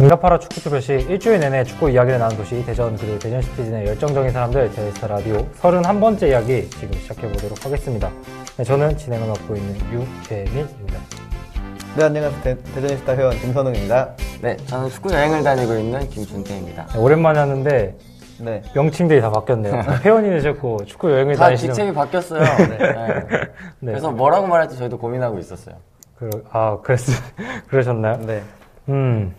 응답하라 축구특별 시 일주일 내내 축구 이야기를 나눈 도시 대전 그리고 대전 시티즌의 열정적인 사람들 대스타 라디오 31번째 이야기 지금 시작해 보도록 하겠습니다. 네, 저는 진행을 맡고 있는 유재민입니다. 네, 안녕하세요. 대, 대전시타 회원 김선웅입니다. 네, 저는 축구 여행을 다니고 있는 김준태입니다. 네, 오랜만에 하는데 네. 명칭들이 다 바뀌었네요. 회원이 되셨고 축구 여행을 다 다니시는 직책이 바뀌었어요. 네. 그래서 뭐라고 말할지 저희도 고민하고 있었어요. 그러, 아 그랬 그러셨나요? 네. 음,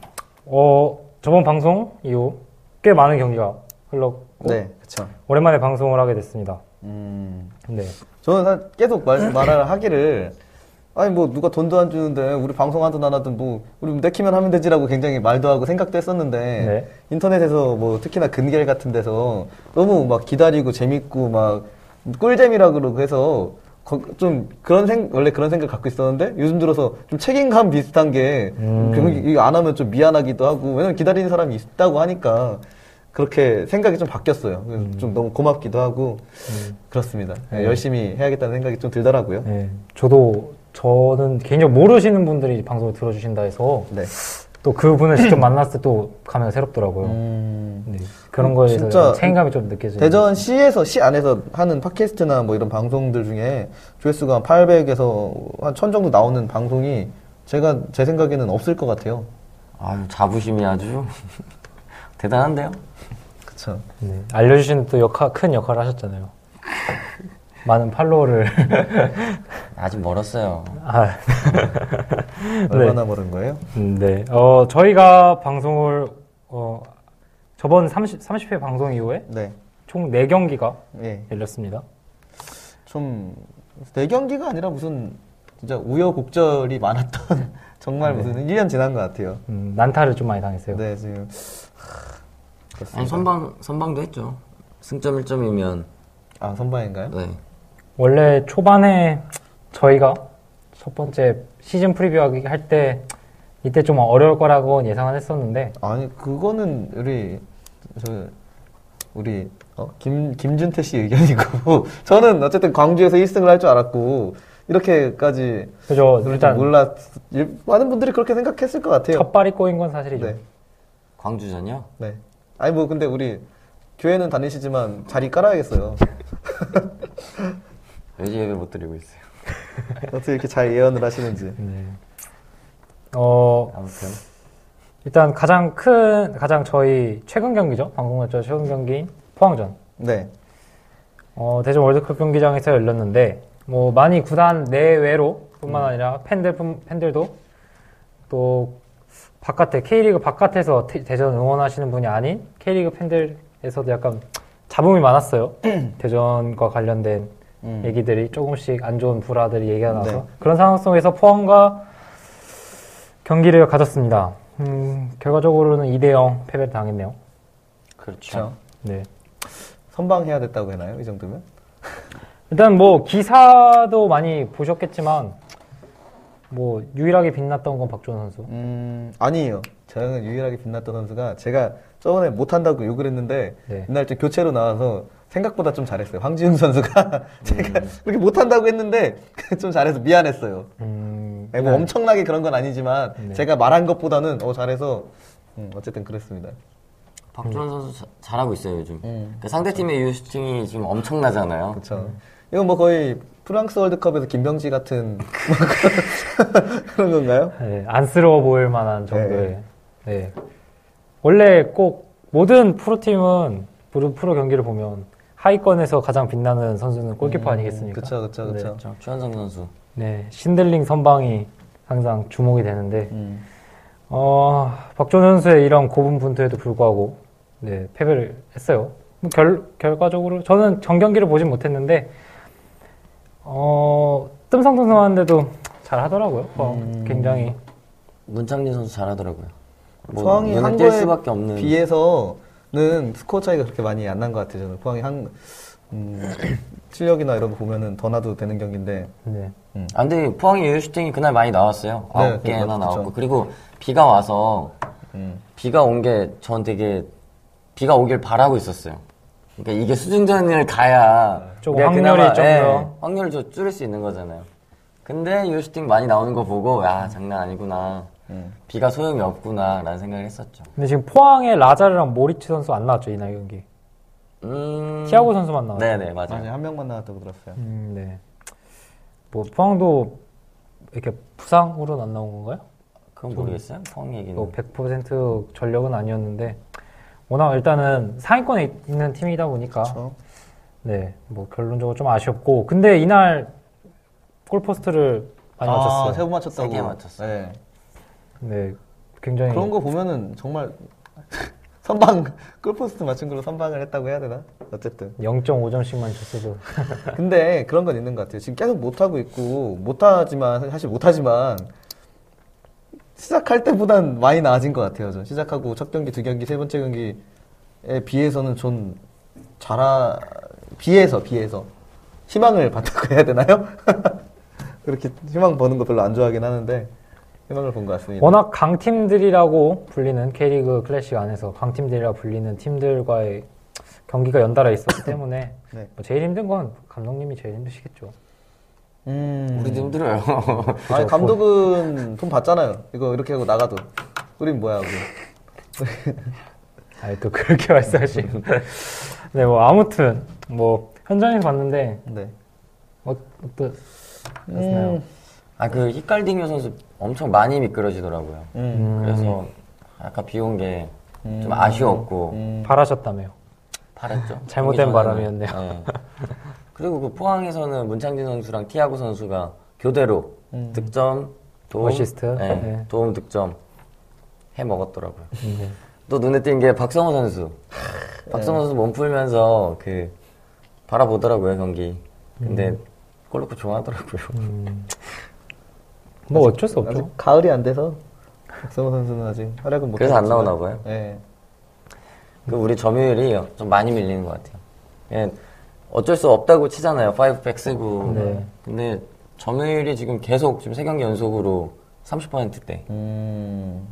어 저번 방송 이후 꽤 많은 경기가 흘렀고 네, 그쵸. 오랜만에 방송을 하게 됐습니다. 음. 네. 저는 사- 계속 말, 말을 하기를, 아니, 뭐, 누가 돈도 안 주는데, 우리 방송 하든 안 하든, 뭐, 우리 내키면 하면 되지라고 굉장히 말도 하고 생각도 했었는데, 네. 인터넷에서 뭐, 특히나 근결 같은 데서, 너무 막 기다리고 재밌고, 막, 꿀잼이라 그러고 해서, 거- 좀 그런 생 원래 그런 생각 갖고 있었는데 요즘 들어서 좀 책임감 비슷한 게 음. 그런 게 이거 안 하면 좀 미안하기도 하고 왜냐면 기다리는 사람이 있다고 하니까 그렇게 생각이 좀 바뀌었어요. 그래서 좀 너무 고맙기도 하고 그렇습니다. 네, 열심히 해야겠다는 생각이 좀 들더라고요. 네, 저도 저는 개인적으로 모르시는 분들이 방송을 들어주신다 해서 네. 또 그분을 직접 만났을 때 또 가면 새롭더라고요. 네, 그런 거에 대해서 어, 진짜 책임감이 좀 느껴져요. 대전 시에서 시 안에서 하는 팟캐스트나 뭐 이런 방송들 중에 조회수가 한 800에서 한 1000 정도 나오는 방송이 제가 제 생각에는 없을 것 같아요. 아유, 자부심이 아주 대단한데요? 그렇죠. 네, 알려주신 또 역할 큰 역할을 하셨잖아요. 많은 팔로워를 아직 멀었어요. 아, 네. 얼마나 모른 거예요? 음, 네, 어 저희가 방송을 어 저번 30 30회 방송 이후에 네. 총4 경기가 예. 열렸습니다. 좀 대경기가 아니라 무슨 진짜 우여곡절이 많았던 정말 무슨 1년 지난 것 같아요. 음, 난타를 좀 많이 당했어요. 네, 지금 아니, 선방, 선방도 했죠. 승점 1점이면, 아, 선방인가요? 네. 원래 초반에 저희가 첫 번째 시즌 프리뷰하기 할 때 이때 좀 어려울 거라고 예상은 했었는데 아니 그거는 우리 저 우리 어, 김 김준태 씨 의견이고 저는 어쨌든 광주에서 1승을 할 줄 알았고 이렇게까지 그죠 그럴 줄 어, 일단 몰랐 일- 많은 분들이 그렇게 생각했을 것 같아요. 첫 발이 꼬인 건 사실이죠. 네, 광주전이요? 네. 아니 뭐 근데 우리 교회는 다니시지만 자리 깔아야겠어요. 왠지 예배 못 드리고 있어요. 어떻게 이렇게 잘 예언을 하시는지. 네. 어 아무튼. 일단 가장 큰 가장 저희 최근 경기죠 방금 말했죠 최근 경기인 포항전 네, 어, 대전 월드컵 경기장에서 열렸는데 뭐 많이 구단 음. 내외로뿐만 아니라 팬들 뿐- 팬들도 또 바깥에 K리그 바깥에서 태- 대전 응원하시는 분이 아닌 K리그 팬들에서도 약간 잡음이 많았어요. 대전과 관련된 음. 얘기들이 조금씩 안 좋은 불화들이 얘기가 나서 네. 그런 상황 속에서 포항과 경기를 가졌습니다. 음, 결과적으로는 2대 0 패배를 당했네요. 그렇죠. 그렇죠. 네. 선방해야 됐다고 해나요? 이 정도면? 일단 뭐 기사도 많이 보셨겠지만 뭐 유일하게 빛났던 건 박주원 선수. 음, 아니에요. 저 형은 유일하게 빛났던 선수가 제가 저번에 못한다고 욕을 했는데 네. 이날 좀 교체로 나와서 생각보다 좀 잘했어요. 황지훈 선수가 제가 그렇게 못한다고 했는데 좀 잘해서 미안했어요. 음, 아니, 뭐 엄청나게 그런 건 아니지만 네. 제가 말한 것보다는 어 잘해서 음, 어쨌든 그랬습니다. 박주원 선수 자- 잘하고 있어요, 요즘. 음. 그러니까 상대팀의 유스팅이 지금 엄청나잖아요. 그렇죠. 네. 이건 뭐 거의 프랑스 월드컵에서 김병지 같은 그런 건가요? 네, 안쓰러워 보일 만한 정도의. 네. 네. 원래 꼭 모든 프로팀은 프로, 프로 경기를 보면 하위권에서 가장 빛나는 선수는 골키퍼 아니겠습니까? 그렇죠, 그렇죠, 그렇죠. 그렇죠. 최현성 선수. 네, 신들링 선방이 항상 주목이 되는데 음. 어, 박주원 선수의 이런 고분분투에도 불구하고 네, 패배를 했어요. 뭐 결, 결과적으로 저는 전 경기를 보진 못했는데 어, 뜸성뜸성하는데도 잘 하더라고요. 어, 음. 굉장히 문창진 선수 잘하더라고요. 뭐 포항이 눈에 한 띌 거에 수밖에 없는. 비해서는 스코어 차이가 그렇게 많이 안 난 것 같아요. 저는 포항이 한 음, 실력이나 이런 거 보면은 더 나도 되는 경기인데 네. 아, 근데 포항의 유효슈팅이 그날 많이 나왔어요. 네, 아홉 그거 개나 맞죠. 나왔고. 그리고 비가 와서, 음, 비가 온 게 전 되게, 비가 오길 바라고 있었어요. 그러니까 이게 수중전을 가야. 조금 내가 확률이 그나마, 좀 예, 더. 확률을 좀 줄일 수 있는 거잖아요. 근데 유효슈팅 많이 나오는 거 보고, 야, 장난 아니구나. 음. 비가 소용이 없구나라는 생각을 했었죠. 근데 지금 포항의 라자르랑 모리치 선수 안 나왔죠 이날 경기. 음. 티아고 선수만 나왔죠. 네네 맞아요. 맞아요. 한 명만 나왔다고 들었어요. 음, 네. 뭐 포항도 이렇게 부상으로는 안 나온 건가요? 그건 모르겠어요. 포항 얘기는. 또 100% 전력은 아니었는데 워낙 일단은 상위권에 있- 있는 팀이다 아? 보니까 그렇죠. 네, 뭐 결론적으로 좀 아쉬웠고 근데 이날 골포스트를 많이 맞췄어요. 아, 세번 맞췄다고. 세개 맞췄어요. 네. 네, 굉장히 그런 거 보면은 정말 선방 골포스트 맞춘 걸로 선방을 했다고 해야 되나? 어쨌든. 0.5점씩만 줬어도 근데 그런 건 있는 것 같아요. 지금 계속 못 하고 있고 못 하지만 사실 못 하지만 시작할 때보단 많이 나아진 것 같아요. 전 시작하고 첫 경기, 두 경기, 세 번째 경기에 비해서는 좀 잘하 비해서 비해서 희망을 봤다고 해야 되나요? 그렇게 희망 버는 거 별로 안 좋아하긴 하는데 희망을 본 것 같습니다. 워낙 강팀들이라고 불리는 K리그 클래식 안에서 강팀들이라 불리는 팀들과의 경기가 연달아 있었기 때문에 네. 뭐 제일 힘든 건 감독님이 제일 힘드시겠죠. 음. 우리도 힘들어요. 아니, 감독은 돈 받잖아요. 이거 이렇게 하고 나가도 우린 뭐야 우리. 아니 또 그렇게 말씀하시면 네 뭐 아무튼 뭐 현장에서 봤는데 네. 음. 어, 어떠- 어떠셨나요? 아 그 히칼딩요 선수 엄청 많이 미끄러지더라고요. 음. 그래서 약간 비온 게 좀 음. 아쉬웠고 음. 바라셨다며요. 팔았죠. 잘못된 경기 전에는. 바람이었네요. 네. 그리고 그 포항에서는 문창진 선수랑 티아고 선수가 교대로 득점, 도움, 음. 어시스트. 네, 네. 도움 득점 해 먹었더라고요. 네. 또 눈에 띈 게 박성호 선수. 박성호 선수 몸 풀면서 그 바라보더라고요 경기. 근데 음. 골 넣고 좋아하더라고요. 음. 뭐 어쩔 수 없죠. 아직 가을이 안 돼서 박성호 선수는 아직 활약은 못. 그래서 안 하고 있지만, 나오나 봐요. 예. 그 우리 점유율이 좀 많이 밀리는 것 같아요. 예, 어쩔 수 없다고 치잖아요. 5백 쓰고. 네. 근데 점유율이 지금 계속 지금 세 경기 연속으로 30%대. 음.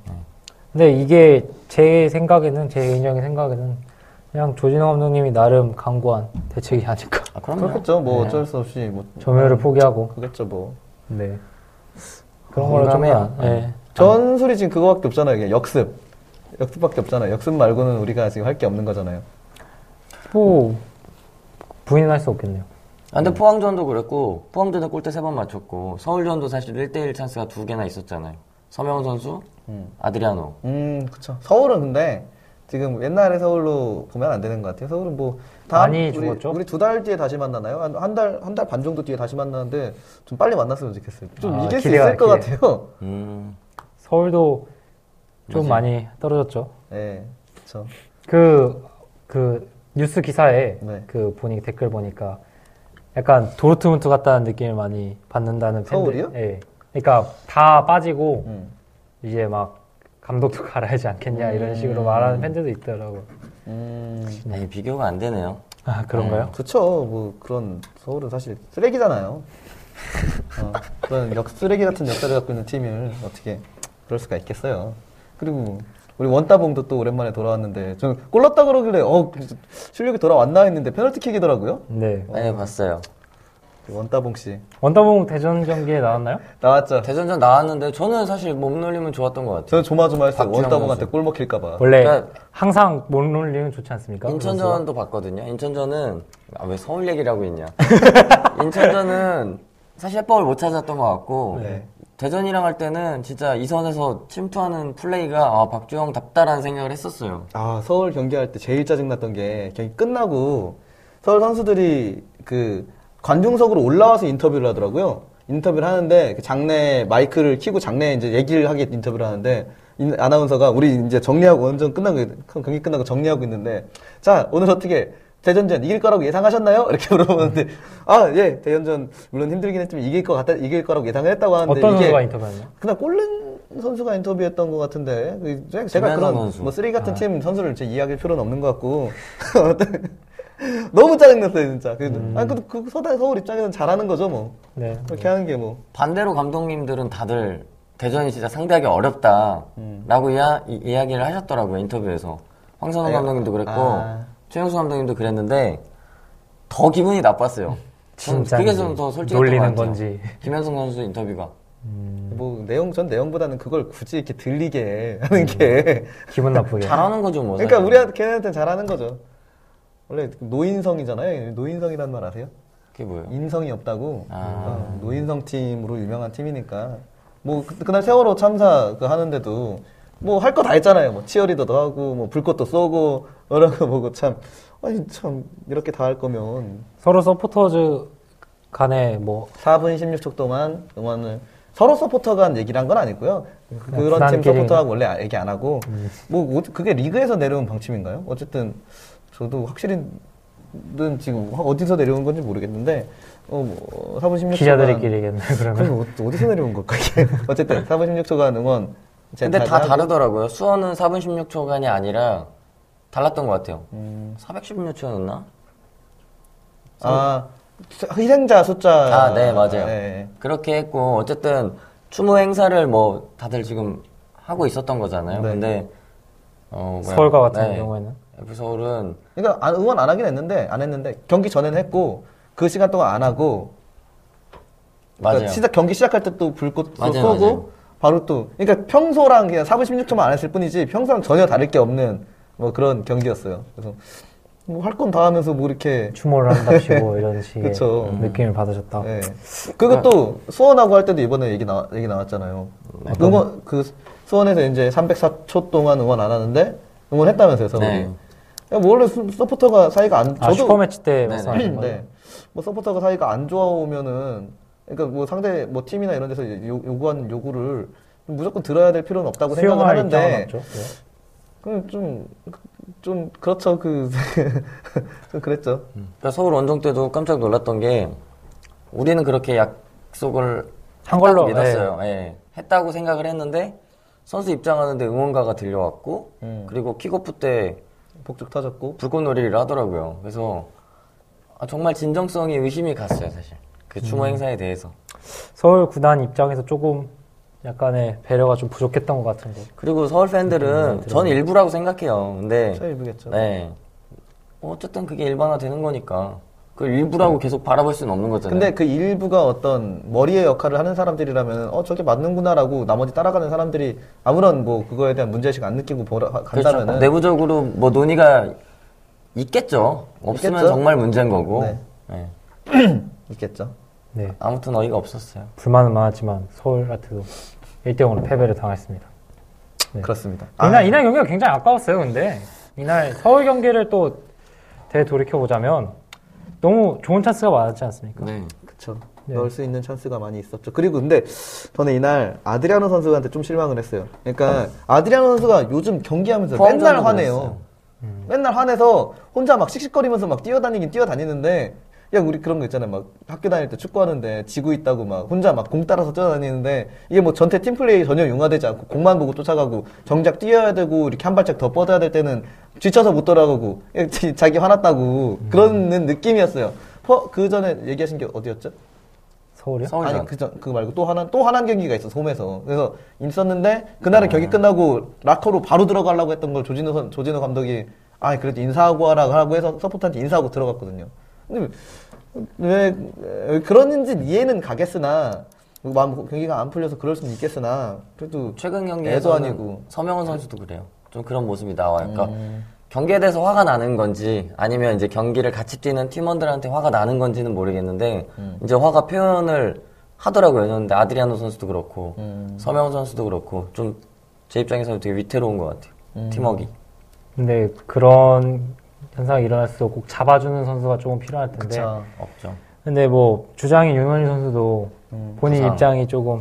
근데 이게 제 생각에는 제 개인적인 생각에는 그냥 조진호 감독님이 나름 강구한 대책이 아닐까. 아, 그럼요. 그렇겠죠. 뭐 네. 어쩔 수 없이 뭐 점유율을 포기하고 그겠죠 뭐. 네. 그런 거를 좀 공감해요. 안- 네. 전술이 지금 그거밖에 없잖아요. 이게 역습. 역습밖에 없잖아요. 역습 말고는 우리가 지금 할 게 없는 거잖아요. 뭐 부인할 수 없겠네요. 아, 근데 포항전도 그랬고, 포항전도 골대 세 번 맞췄고, 서울전도 사실 1대1 찬스가 두 개나 있었잖아요. 서명훈 선수, 음. 아드리아노. 음, 그쵸. 서울은 근데 지금 옛날의 서울로 보면 안 되는 것 같아요. 서울은 뭐 많이 우리, 죽었죠? 우리 두 달 뒤에 다시 만나나요? 한 달 한 달 반 정도 뒤에 다시 만나는데 좀 빨리 만났으면 좋겠어요. 좀 아, 이길 수 기대가- 있을 것 기대. 같아요. 음, 서울도 좀 맞아요. 많이 떨어졌죠. 예. 그쵸. 그, 그, 뉴스 기사에 네. 그 보니, 댓글 보니까 약간 도르트문트 같다는 느낌을 많이 받는다는 팬들. 서울이요? 예. 그러니까 다 빠지고 음. 이제 막 감독도 갈아야지 않겠냐 이런 식으로 음. 말하는 팬들도 있더라고요. 음. 네, 비교가 안 되네요. 아, 그런가요? 그쵸. 뭐 그런 서울은 사실 쓰레기잖아요. 어, 그런 역 쓰레기 같은 역사를 갖고 있는 팀을 어떻게 그럴 수가 있겠어요. 그리고 우리 원따봉도 또 오랜만에 돌아왔는데 저는 골 넣었다 그러길래 어 실력이 돌아왔나 했는데 페널티킥이더라고요. 네. 네, 봤어요. 원따봉 씨 원더봉 대전 경기에 나왔나요? 나왔죠. 대전전 나왔는데, 저는 사실 몸놀림은 좋았던 것 같아요. 저는 조마조마했어요. 박주영 원따봉한테 선수. 골 먹힐까봐. 원래 그러니까- 항상 몰놀리는 좋지 않습니까? 선수가? 인천전도 봤거든요. 인천전은 아, 왜 서울 얘기를 하고 있냐. 인천전은 사실 해법을 못 찾았던 것 같고 네. 대전이랑 할 때는 진짜 이 선에서 침투하는 플레이가 아, 박주영답다라는 생각을 했었어요. 아 서울 경기할 때 제일 짜증났던 게 경기 끝나고 서울 선수들이 그 관중석으로 올라와서 인터뷰를 하더라고요. 인터뷰를 하는데 그 장내 마이크를 켜고 장내 이제 얘기를 하게 인터뷰를 하는데 인- 아나운서가 우리 이제 정리하고 완전 끝나고 경기 끝나고 정리하고 있는데 자 오늘 어떻게 대전전 이길 거라고 예상하셨나요? 이렇게 음. 물어보는데 아 예 대전전 물론 힘들긴 했지만 이길 것 같다 이길 거라고 예상했다고 하는데 어떤 이게 선수가 인터뷰했나요? 그날 골른 선수가 인터뷰했던 것 같은데 그 제가, 제가 김연아 그런 선수. 뭐 쓰레기 같은 팀 선수를 제 이야기할 필요는 없는 것 같고 너무 짜증났어요 진짜. 그, 음. 아니 그래도 그 서다 서울 입장에서는 잘하는 거죠 뭐 네. 그렇게 하는 게 뭐. 반대로 감독님들은 다들 대전이 진짜 상대하기 어렵다라고 음. 이야, 이, 야기를 하셨더라고요 인터뷰에서 황선홍 네. 아, 감독님도 그랬고 아. 최영수 감독님도 그랬는데 더 기분이 나빴어요. 저는 그게 진짜인지 좀 더 솔직했던 놀리는 것 같아요. 건지. 김현성 선수 인터뷰가 뭐 내용 전 내용보다는 그걸 굳이 이렇게 들리게 음. 하는 게 기분 나쁘게. 잘하는 거죠 뭐. 그러니까 사실. 우리한테 걔네한테 잘하는 거죠. 원래 노인성이잖아요. 노인성이란 말 아세요? 그게 뭐예요? 인성이 없다고 아. 어, 노인성 팀으로 유명한 팀이니까 뭐 그, 날 세월호 참사 그 하는데도 뭐 할 거 다 했잖아요. 뭐 치어리더도 하고 뭐 불꽃도 쏘고 뭐라고 보고 참 아니 참 이렇게 다 할 거면 서로 서포터즈 간에 뭐 4분 16초 동안 응원을 서로 서포터 간 얘기를 한 건 아니고요. 그런 팀 그러니까 부산끼리. 서포터하고 원래 아- 얘기 안 하고 음, 뭐 어- 그게 리그에서 내려온 방침인가요? 어쨌든 저도 확실히는 지금 확 어디서 내려온 건지 모르겠는데 어뭐 4분 16초 기자들끼리겠네 그러면. 그럼 어- 어디서 내려온 걸까 이게 어쨌든 4분 16초간 응원 제가 근데 다 하고, 다르더라고요. 수원은 4분 16초간이 아니라 달랐던 것 같아요. 음, 416초였나? 아 희생자 숫자 아, 네, 맞아요. 네. 그렇게 했고 어쨌든 추모 행사를 뭐 다들 지금 하고 있었던 거잖아요. 네. 근데 어, 뭐야. 서울과 같은 네. 경우에는. F 서울은 그러니까 안- 응원 안 하긴 했는데 안 했는데 경기 전에는 했고 그 시간 동안 안 하고 맞아요. 그러니까 시작 경기 시작할 때 또 불꽃 도 맞아요, 쏘고 맞아요. 바로 또 그러니까 평소랑 그냥 4분 16초만 안 했을 뿐이지 평소랑 전혀 다를 게 없는 뭐 그런 경기였어요. 그래서 뭐 할 건 다 하면서 뭐 이렇게 추모를 한답시고 이런 식의 그쵸. 느낌을 받으셨다. 예. 아. 그리고 또 수원하고 할 때도 이번에 얘기 나 얘기 나왔잖아요. 응원 그 수원에서 이제 304초 동안 응원 안 하는데 응원했다면서요, 서울이. 네. 그러니까 원래 수- 서포터가 사이가 안 아 슈퍼매치 때 네네. 말씀하신 거예요? 네. 뭐 서포터가 사이가 안 좋아오면은 그러니까 뭐 상대 뭐 팀이나 이런 데서 이제 요, 요구하는 요구를 좀 무조건 들어야 될 필요는 없다고 생각을 수용할 입장은 하는데 없죠. 네. 그좀좀 좀 그렇죠 그 좀 그랬죠. 음. 그러니까 서울 원정 때도 깜짝 놀랐던 게 우리는 그렇게 약속을 한 했다고 걸로, 네. 믿었어요. 예. 했다고 생각을 했는데 선수 입장하는데 응원가가 들려왔고 음. 그리고 킥오프 때 복죽 터졌고 불꽃놀이를 하더라고요. 그래서 아, 정말 진정성이 의심이 갔어요, 사실. 그 추모 음. 행사에 대해서. 서울 구단 입장에서 조금 약간의 배려가 좀 부족했던 것 같은데. 그리고 서울 음, 팬들은 전 일부라고 생각해요. 근데 차이 부겠죠. 네. 뭐 어쨌든 그게 일반화되는 거니까 그 일부라고 계속 바라볼 수는 없는 거잖아요. 네. 근데 그 일부가 어떤 머리의 역할을 하는 사람들이라면 어 저게 맞는구나라고 나머지 따라가는 사람들이 아무런 뭐 그거에 대한 문제의식 안 느끼고 보라, 그렇죠. 간다면은 내부적으로 뭐 논의가 있겠죠. 없으면 있겠죠. 정말 문제인 거고. 네. 네. 있겠죠. 네. 아무튼 어이가 없었어요. 불만은 많았지만 서울한테도 1대 0으로 패배를 당했습니다. 네. 그렇습니다. 이날 이날 경기가 굉장히 아까웠어요. 근데 이날 서울 경기를 또 되돌이켜 보자면 너무 좋은 찬스가 많았지 않습니까? 네. 그쵸. 네. 넣을 수 있는 찬스가 많이 있었죠. 그리고 근데 저는 이날 아드리아노 선수한테 좀 실망을 했어요. 그러니까 아드리아노 선수가 요즘 경기하면서 포항전도 맨날 화내요. 그랬어요. 맨날 화내서 혼자 막 씩씩거리면서 막 뛰어다니긴 뛰어다니는데 야 우리 그런 거 있잖아요. 막 학교 다닐 때 축구하는데 지고 있다고 막 혼자 막 공 따라서 뛰어다니는데 이게 뭐 전체 팀 플레이 전혀 융화되지 않고 공만 보고 쫓아가고 정작 뛰어야 되고 이렇게 한 발짝 더 뻗어야 될 때는 지쳐서 못 돌아가고 자기 화났다고 그러는 느낌이었어요. 퍼- 그 전에 얘기하신 게 어디였죠? 서울이요? 네. 서울전. 아니 그전 그거 말고 또 하나 또 하나 경기가 있어 홈에서 그래서 있었는데 그날은 경기 끝나고 라커로 바로 들어가려고 했던 걸 조진호 선- 조진호 감독이 아 그래도 인사하고 하라고 하고 해서 서포트한테 인사하고 들어갔거든요. 근데 왜, 왜 그러는지 이해는 가겠으나 마음 경기가 안 풀려서 그럴 수는 있겠으나 그래도 최근 애도 경기에서 아니고 음. 서명훈 선수도 그래요. 좀 그런 모습이 나와요. 그러니까 경기에 대해서 화가 나는 건지 아니면 이제 경기를 같이 뛰는 팀원들한테 화가 나는 건지는 모르겠는데 음. 이제 화가 표현을 하더라고요. 그런데 아드리아노 선수도 그렇고 음, 서명훈 선수도 그렇고 좀 제 입장에서는 되게 위태로운 것 같아요. 음. 팀워크. 근데 그런 현상이 일어날 수도 꼭 잡아주는 선수가 조금 필요할 텐데. 그쵸. 없죠. 근데 뭐 주장인 윤원희 선수도 음, 본인 부상. 입장이 조금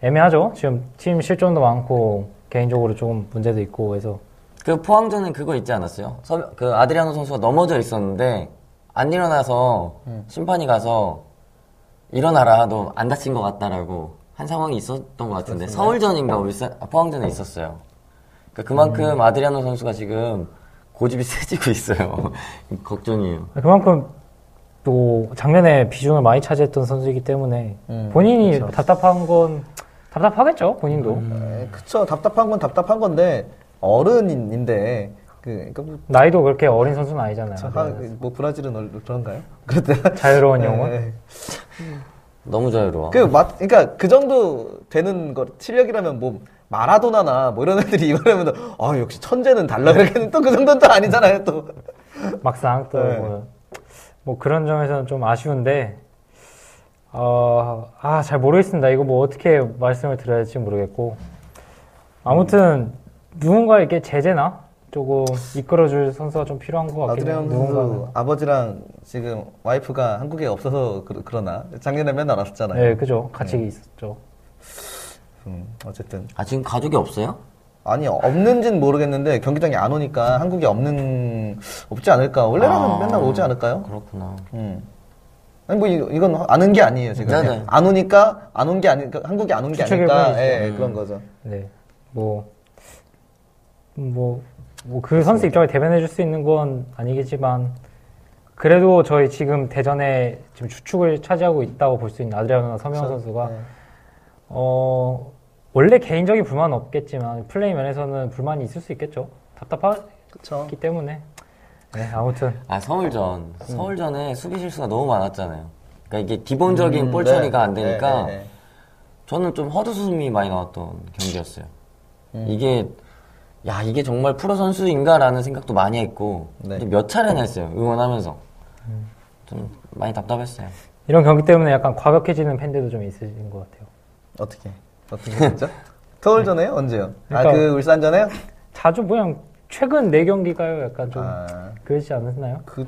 애매하죠. 지금 팀 실점도 많고 개인적으로 조금 문제도 있고 해서 그 포항전은 그거 있지 않았어요? 서- 그 아드리아노 선수가 넘어져 있었는데 안 일어나서 심판이 가서 일어나라 너 안 다친 것 같다라고 한 상황이 있었던 것 같은데 서울전인가 울산 아, 포항전에 있었어요. 그만큼 아드리아노 선수가 지금 고집이 세지고 있어요. 걱정이에요. 그만큼 또 작년에 비중을 많이 차지했던 선수이기 때문에 음, 본인이 그쵸. 답답한 건 답답하겠죠 본인도 에, 예, 그쵸 답답한 건 답답한 건데 어른인데 그 그러니까 뭐, 나이도 그렇게 어린 선수는 아니잖아요 아, 뭐 브라질은 얼- 그런가요? 그렇다. 자유로운 영혼 네. 너무 자유로워. 그, 맞, 그니까 그 정도 되는 거, 실력이라면 뭐, 마라도나나 뭐 이런 애들이 이번에면 아, 역시 천재는 달라. 네. 그랬는데 또 그 정도는 또 아니잖아요, 또. 막상 또 네. 뭐, 뭐 그런 점에서는 좀 아쉬운데 어, 아, 잘 모르겠습니다. 이거 뭐 어떻게 말씀을 드려야 할지 모르겠고 아무튼 누군가 이렇게 제재나 조금 이끌어줄 선수가 좀 필요한 것 같긴 해요. 아드리안 누군가는. 선수 아버지랑 지금 와이프가 한국에 없어서 그, 그러나 작년에 맨날 왔었잖아요. 네, 그죠. 같이 있었죠. 음, 어쨌든 아 지금 가족이 없어요? 아니 없는진 모르겠는데 경기장에 안 오니까 한국에 없는 없지 않을까 원래라면 아, 맨날 오지 않을까요? 그렇구나. 음. 아니 뭐 이- 이건 아는 게 아니에요 지금 네, 네. 안 오니까 안 온 게 아니니까 한국에 안 온 게 추측일 아닐까 뿐이죠. 예, 예, 그런 거죠. 네, 뭐, 뭐, 뭐 그 선수 입장을 대변해줄 수 있는 건 아니겠지만, 그래도 저희 지금 대전에 지금 주축을 차지하고 있다고 볼 수 있는 아드리아노나 서명 선수가, 네. 어, 원래 개인적인 불만은 없겠지만, 플레이 면에서는 불만이 있을 수 있겠죠. 답답하기 그렇죠. 때문에. 네, 아무튼. 아 서울전 서울전에 수비 실수가 너무 많았잖아요. 그러니까 이게 기본적인 음, 볼 처리가 네. 안 되니까 저는 좀 허드수음이 많이 나왔던 경기였어요. 이게 야 이게 정말 프로 선수인가라는 생각도 많이 했고 네. 근데 몇 차례나 했어요 응원하면서 좀 많이 답답했어요. 이런 경기 때문에 약간 과격해지는 팬들도 좀 있으신 것 같아요. 어떻게 어떻게 했죠? 서울전에 요 언제요? 아 그 그러니까- 울산전에요? 자주 뭐 그냥 최근 네 경기가요? 약간 좀 아. 그러지 않았나요? 그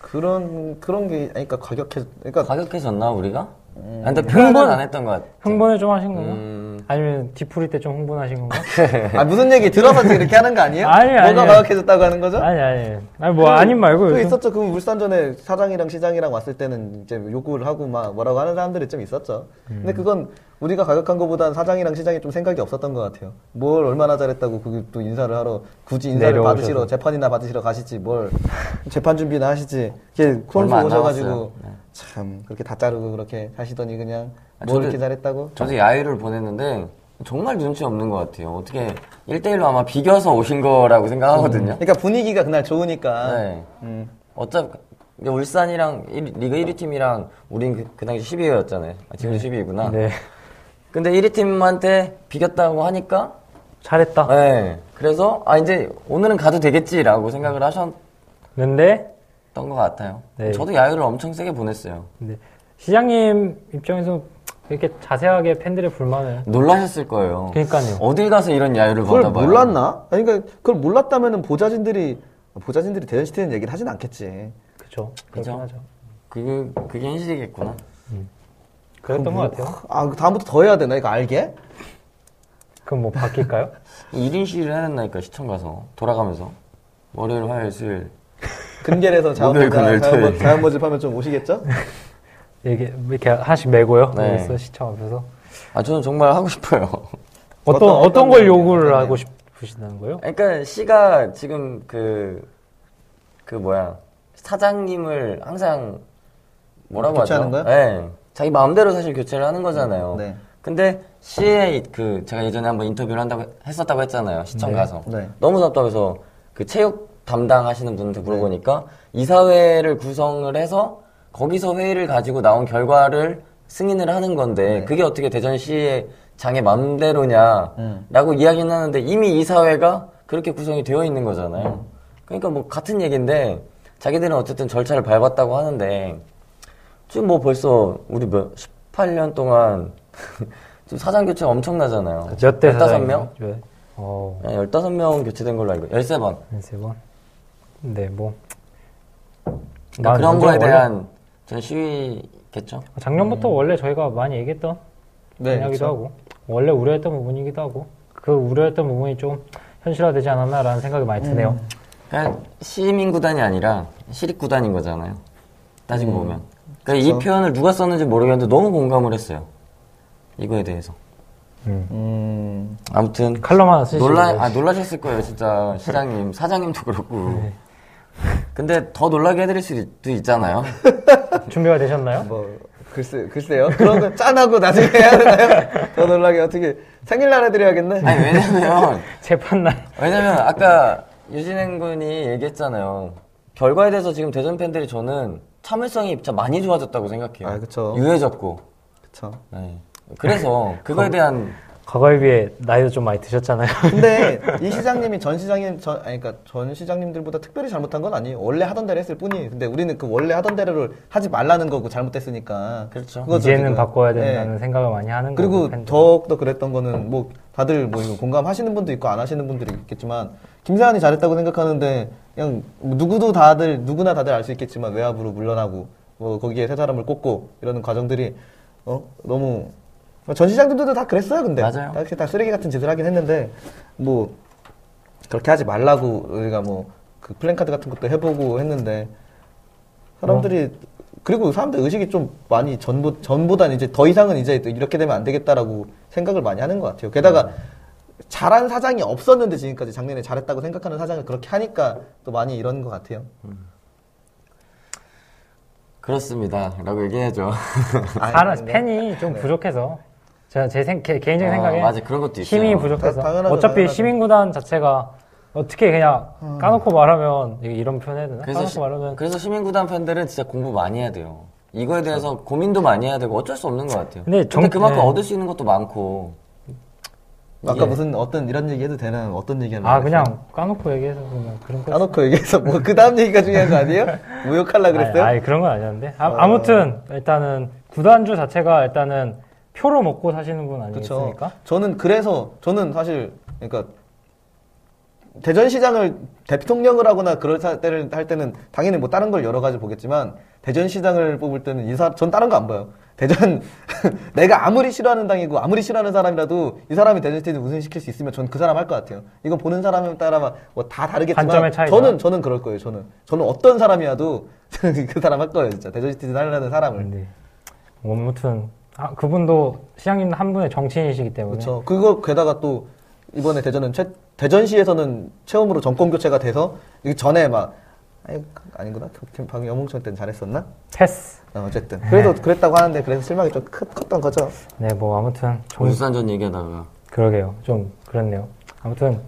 그런 그런 게 그러니까 과격해 그러니까 과격해졌나 우리가? 아, 근데 표현은 안 했던 것 같아. 흥분을 좀 하신 건가? 음, 아니면 뒤풀이 때 좀 흥분하신 건가? 네. 아 무슨 얘기 들어서 지금 이렇게 하는 거 아니에요? 아니, 뭐가 아니에요. 과격해졌다고 하는 거죠? 아니 아니 아니 뭐 아닌 말고 또 요즘- 있었죠. 그 울산전에 사장이랑 시장이랑 왔을 때는 이제 요구를 하고 막 뭐라고 하는 사람들이 좀 있었죠. 근데 음. 그건 우리가 가격한 것보단 사장이랑 시장이 좀 생각이 없었던 것 같아요. 뭘 얼마나 잘했다고 그게 또 인사를 하러 굳이 인사를 내려오셔서. 받으시러 재판이나 받으시러 가시지 뭘 재판 준비나 하시지. 이렇게 콜수 얼마 안 오셔가지고 남았어요. 네. 참 그렇게 다 자르고 그렇게 하시더니 그냥 아, 뭘 저도- 이렇게 잘했다고? 저도 야유를 보냈는데 정말 눈치 없는 것 같아요. 어떻게 1대1로 아마 비겨서 오신 거라고 생각하거든요. 그러니까 분위기가 그날 좋으니까. 네. 음. 어차피 근데 울산이랑 일- 리그 1위 팀이랑 우린 그, 그 당시 12위였잖아요. 지금도 12위구나. 네 근데 1위 팀한테 비겼다고 하니까 잘했다. 네. 그래서 아 이제 오늘은 가도 되겠지라고 생각을 하셨던 근데 것 같아요. 네. 저도 야유를 엄청 세게 보냈어요. 근데 네. 시장님 입장에서 이렇게 자세하게 팬들의 불만을 놀라셨을 거예요. 그러니까요. 어딜 가서 이런 야유를 그걸 받아봐요. 몰랐나? 아니, 그러니까 그걸 몰랐다면은 보좌진들이 보좌진들이 대전시티는 얘기를 하진 않겠지. 그죠 그렇긴 그죠? 하죠. 그 그게 현실이겠구나. 그랬던 것 같아요. 아, 그 다음부터 더 해야 되나? 이거 알게? 그럼 뭐 바뀔까요? 1인 시위를 해야 된다니까 시청 가서 돌아가면서 월요일, 화요일, 수요일 금결에서 목요일, 금요일, 토요일. 자원 모집하면 좀 오시겠죠? 이게 뭐 이렇게 하나씩 메고요. 네. 여기서 시청 앞에서 아 저는 정말 하고 싶어요. 어떤 어떤 어떤 걸 거예요? 요구를 어떤 네. 하고 싶으시다는 거예요? 그러니까 씨가 지금 그, 그 뭐야, 사장님을 항상 뭐라고 교체하는 하죠? 거요? 네. 자기 마음대로 사실 교체를 하는 거잖아요. 네. 근데 씨의 그, 제가 예전에 한번 인터뷰를 한다고, 했었다고 했잖아요. 시청 네. 가서. 네. 너무 답답해서 그 체육 담당하시는 분한테 물어보니까 네. 이사회를 구성을 해서 거기서 회의를 가지고 나온 결과를 승인을 하는 건데 네. 그게 어떻게 대전시의 장의 음. 맘대로냐라고 이야기는 하는데 이미 이사회가 그렇게 구성이 되어 있는 거잖아요. 그러니까 뭐 같은 얘기인데 자기들은 어쨌든 절차를 밟았다고 하는데 지금 뭐 벌써 우리 몇 18년 동안 지금 사장 교체가 엄청나잖아요. 몇대 15명? 어, 네, 15명 교체된 걸로 알고 13번. 세 번. 네, 뭐. 그러니까 난 문제가 그런 거에 원래- 아, 대한 음. 전 시위겠죠. 작년부터 원래 저희가 많이 얘기했던 네, 분야기도 그쵸. 하고 원래 우려했던 부분이기도 하고 그 우려했던 부분이 좀 현실화되지 않았나라는 생각이 많이 드네요. 그러니까 시민 구단이 아니라 시립 구단인 거잖아요. 따지고 보면. 그러니까 이 그쵸. 표현을 누가 썼는지 모르겠는데 너무 공감을 했어요. 이거에 대해서. 음. 아무튼 칼럼 하나 쓰시고 놀라 아 놀라셨을 거예요, 진짜 시장님, 사장님도 그렇고. 근데 더 놀라게 해드릴 수도 있잖아요. 네. 준비가 되셨나요? 뭐, 글쎄, 글쎄요. 그런 거 짠하고 나중에 해야 되나요? 더 놀라게 어떻게. 생일날 해드려야겠네? 아니 왜냐면 재판날 왜냐면 아까 유진행 군이 얘기했잖아요. 결과에 대해서 지금 대전 팬들이 저는 참을성이 진짜 많이 좋아졌다고 생각해요. 아, 그쵸. 유해졌고. 그쵸. 네. 그래서 그거에 대한 과거에 비해 나이도 좀 많이 드셨잖아요. 근데 이 시장님이 전 시장님 전 아니 그러니까 전 시장님들보다 특별히 잘못한 건 아니에요. 원래 하던 대로 했을 뿐이에요. 근데 우리는 그 원래 하던 대로를 하지 말라는 거고 잘못됐으니까. 그렇죠. 그거죠, 이제는 지금. 바꿔야 네. 된다는 생각을 많이 하는 거고 그리고 팬들. 더욱더 그랬던 거는 뭐 다들 뭐 이거 공감하시는 분도 있고 안 하시는 분들이 있겠지만 김세환이 잘했다고 생각하는데 그냥 뭐 누구도 다들 누구나 다들 알 수 있겠지만 외압으로 물러나고 뭐 거기에 세 사람을 꽂고 이러는 과정들이 어 너무 전 시장들도 다 그랬어요 근데 맞아요. 사실 다 쓰레기 같은 짓을 하긴 했는데 뭐 그렇게 하지 말라고 우리가 뭐 그 플랜카드 같은 것도 해보고 했는데 사람들이 어. 그리고 사람들 의식이 좀 많이 전보 전보단 이제 더 이상은 이제 또 이렇게 되면 안 되겠다라고 생각을 많이 하는 것 같아요. 게다가 네. 잘한 사장이 없었는데 지금까지 작년에 잘했다고 생각하는 사장을 그렇게 하니까 또 많이 이런 것 같아요. 음. 그렇습니다라고 얘기해야죠. 아, 사람- 근데 팬이 좀 부족해서 제가 제 생- 개, 개인적인 네. 아, 생각에 맞아, 그런 것도 있어요. 힘이 부족해서 다- 당연하죠, 어차피 당연하죠. 시민구단 자체가 어떻게 그냥 까놓고 말하면 이게 이런 표현 해야 되나? 음. 그래서, 까놓고 시, 말하면 그래서 시민구단 팬들은 진짜 공부 많이 해야 돼요. 이거에 대해서 고민도 많이 해야 되고 어쩔 수 없는 것 그렇죠. 같아요. 근데 근데, 정- 그만큼 네. 얻을 수 있는 것도 많고 뭐 아까 예. 무슨 어떤 이런 얘기 해도 되는 어떤 얘기하는 네. 아 그냥 까놓고 얘기해서 그냥 그런 거 까놓고 얘기해서 뭐 그 다음 얘기가 중요한 거 아니에요? 뭐 모욕할라 그랬어요? 아니, 아니, 그런 건 아니었는데 아, 어. 아무튼 일단은 구단주 자체가 일단은 표로 먹고 사시는 분 그렇죠. 아니겠습니까? 저는 그래서 저는 사실 그러니까 대전시장을 대통령을 하거나 그럴 사- 때를 할 때는 당연히 뭐 다른 걸 여러 가지 보겠지만 대전시장을 뽑을 때는 인사 전 다른 거 안 봐요. 대전 내가 아무리 싫어하는 당이고 아무리 싫어하는 사람이라도 이 사람이 대전시장에 우승시킬 수 있으면 전 그 사람 할 것 같아요. 이건 보는 사람에 따라 뭐 다 다르겠지만 관점의 차이죠. 저는 저는 그럴 거예요. 저는 저는 어떤 사람이라도 그 사람 할 거예요. 진짜 대전시티즌 하려는 사람을. 근데 뭐 아무튼 아, 그분도 시장님 한 분의 정치인이시기 때문에 그렇죠. 그거 게다가 또 이번에 대전은 최- 대전시에서는 처음으로 정권 교체가 돼서 이 전에 막 아니, 아니구나. 그- 방금 영웅천 때는 잘했었나? 패스. 어, 어쨌든 네. 그래도 그랬다고 하는데 그래서 실망이 좀 크- 컸던 거죠. 네, 뭐 아무튼 정, 울산전 얘기하다가 그러게요. 좀 그렇네요. 아무튼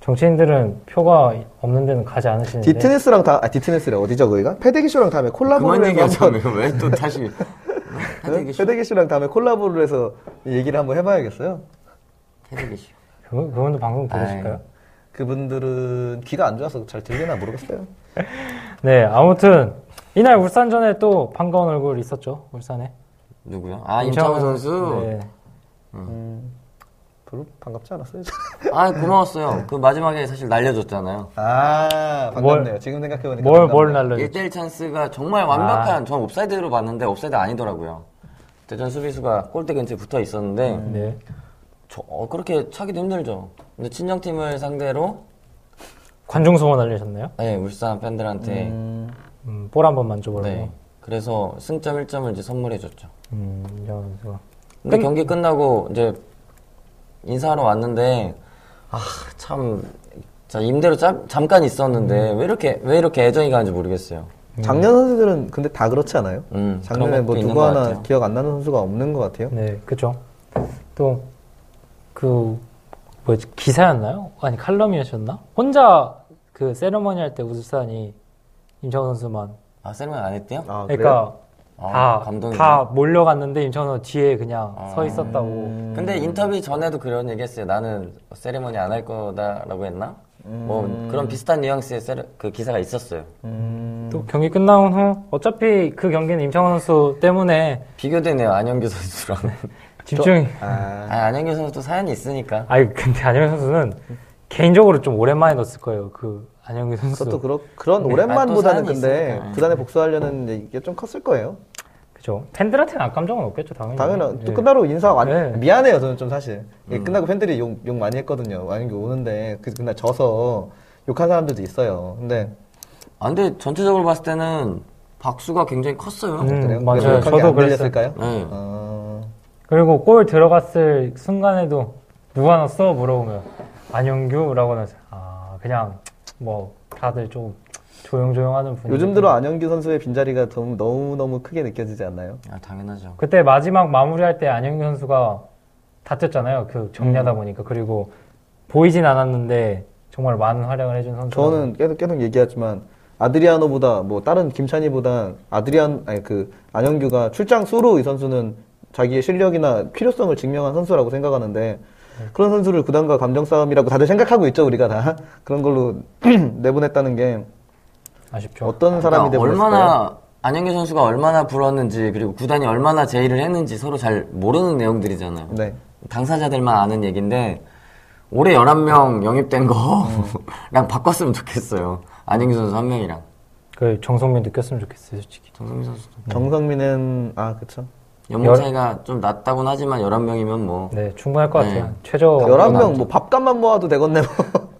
정치인들은 표가 없는 데는 가지 않으시는데 디트네스랑 다 아, 디트네스래 어디죠 거기가? 패대기쇼랑 다음에 그만 콜라보를 해서 한번- 얘기하자면 왜 또 다시 응? 패드기쇼 패대기쇼랑 다음에 콜라보를 해서 얘기를 한번 해봐야겠어요. 패드기쇼 그분, 그분도 방송 들으실까요? 그분들은 귀가 안 좋아서 잘 들리나 모르겠어요. 네, 아무튼 이날 울산전에 또 반가운 얼굴 있었죠. 울산에. 누구요? 아 임창호 선수 네. 음. 음, 별로 반갑지 않았어요. 아 고마웠어요. 그 마지막에 사실 날려줬잖아요. 아 반갑네요. 뭘- 지금 생각해보니까 뭘, 반갑네요. 뭘 날려. 1대1 찬스가 정말 아. 완벽한 전 옵사이드로 봤는데 옵사이드 아니더라고요. 대전 수비수가 골대 근처에 붙어 있었는데 네. 저, 어, 그렇게 차기도 힘들죠. 근데 친정팀을 상대로 관중 소원 알리셨나요? 네, 울산 팬들한테 음, 볼 한번 만져보라고. 네. 그래서 승점 1점을 이제 선물해줬죠. 음, 이정환 선수가. 근데 경기 끝나고 이제 인사하러 왔는데 아참 임대로 짬- 잠깐 음. 있었는데 왜 이렇게 왜 이렇게 애정이 가는지 모르겠어요. 작년 선수들은 근데 다 그렇지 않아요? 음, 작년에 그런 것도 뭐 있는 누구 것 하나 같아요. 기억 안 나는 선수가 없는 것 같아요. 네, 그죠. 또, 그, 뭐지, 기사였나요? 아니, 칼럼이었나? 혼자 그, 세레머니 할 때 울산이 임창호 선수만 아 세레머니 안 했대요? 아, 그래요? 그러니까 아, 다, 감동이네. 다 몰려갔는데 임창호 뒤에 그냥 아. 서 있었다고. 음. 근데 인터뷰 전에도 그런 얘기했어요. 나는 세레머니 안 할 거다라고 했나? 뭐 음. 그런 비슷한 뉘앙스의 세레, 그 기사가 있었어요. 음. 또 경기 끝나온 후 어차피 그 경기는 임창호 선수 때문에 비교되네요 안영규 선수랑. 집중이. 아, 아 안영규 선수도 사연이 있으니까. 아니 근데 안영규 선수는 개인적으로 좀 오랜만에 넣었을 거예요. 그 안영규 선수. 그것도 그렇, 그런 아, 오랜만보다는 또 사연이 근데 있으니까. 부산에 복수하려는 얘기가 좀 컸을 거예요. 그죠. 팬들한테는 악감정은 없겠죠 당연히. 당연한 음, 예. 또 끝나고 인사 완 네. 미안해요 저는 좀 사실 예, 끝나고 팬들이 욕, 욕 많이 했거든요. 만약에 오는데 그 그날 져서 욕한 사람들도 있어요. 근데 아, 근데 전체적으로 봤을 때는 박수가 굉장히 컸어요. 음, 그래요? 맞아요. 그래서 욕한 게 저도 안 그랬어요. 들렸을까요? 네. 어, 그리고 골 들어갔을 순간에도 누가 넣었어 물어보면 안영규라고 하면서 아 그냥 뭐 다들 좀 조용조용하는 음. 분위기. 요즘 들어 안영규 선수의 빈자리가 너무 너무 너무 크게 느껴지지 않나요? 아 당연하죠. 그때 마지막 마무리할 때 안영규 선수가 다쳤잖아요. 그 정리하다 보니까 그리고 보이진 않았는데 정말 많은 활약을 해준 선수. 저는 계속 계속 얘기하지만 아드리아노보다 뭐 다른 김찬희보다 아드리안 아니 그 안영규가 출장 수로 이 선수는 자기의 실력이나 필요성을 증명한 선수라고 생각하는데 그런 선수를 구단과 감정 싸움이라고 다들 생각하고 있죠 우리가 다 그런 걸로 내보냈다는 게 아쉽죠. 어떤 사람이 그러니까 내보냈을까요? 얼마나 안영규 선수가 얼마나 불었는지 그리고 구단이 얼마나 제의를 했는지 서로 잘 모르는 내용들이잖아요. 네. 당사자들만 아는 얘기인데 올해 11명 영입된 음. 거랑 바꿨으면 좋겠어요. 안영규 선수 한 명이랑 그 정성민 느꼈으면 좋겠어요, 솔직히. 정성민 선수도 정성민은 아 그쵸 연봉 열- 차이가 좀 낮다곤 하지만 11명이면 뭐 네, 충분할 것 네. 같아요. 최저 11명 뭐 밥값만 모아도 되겠네 뭐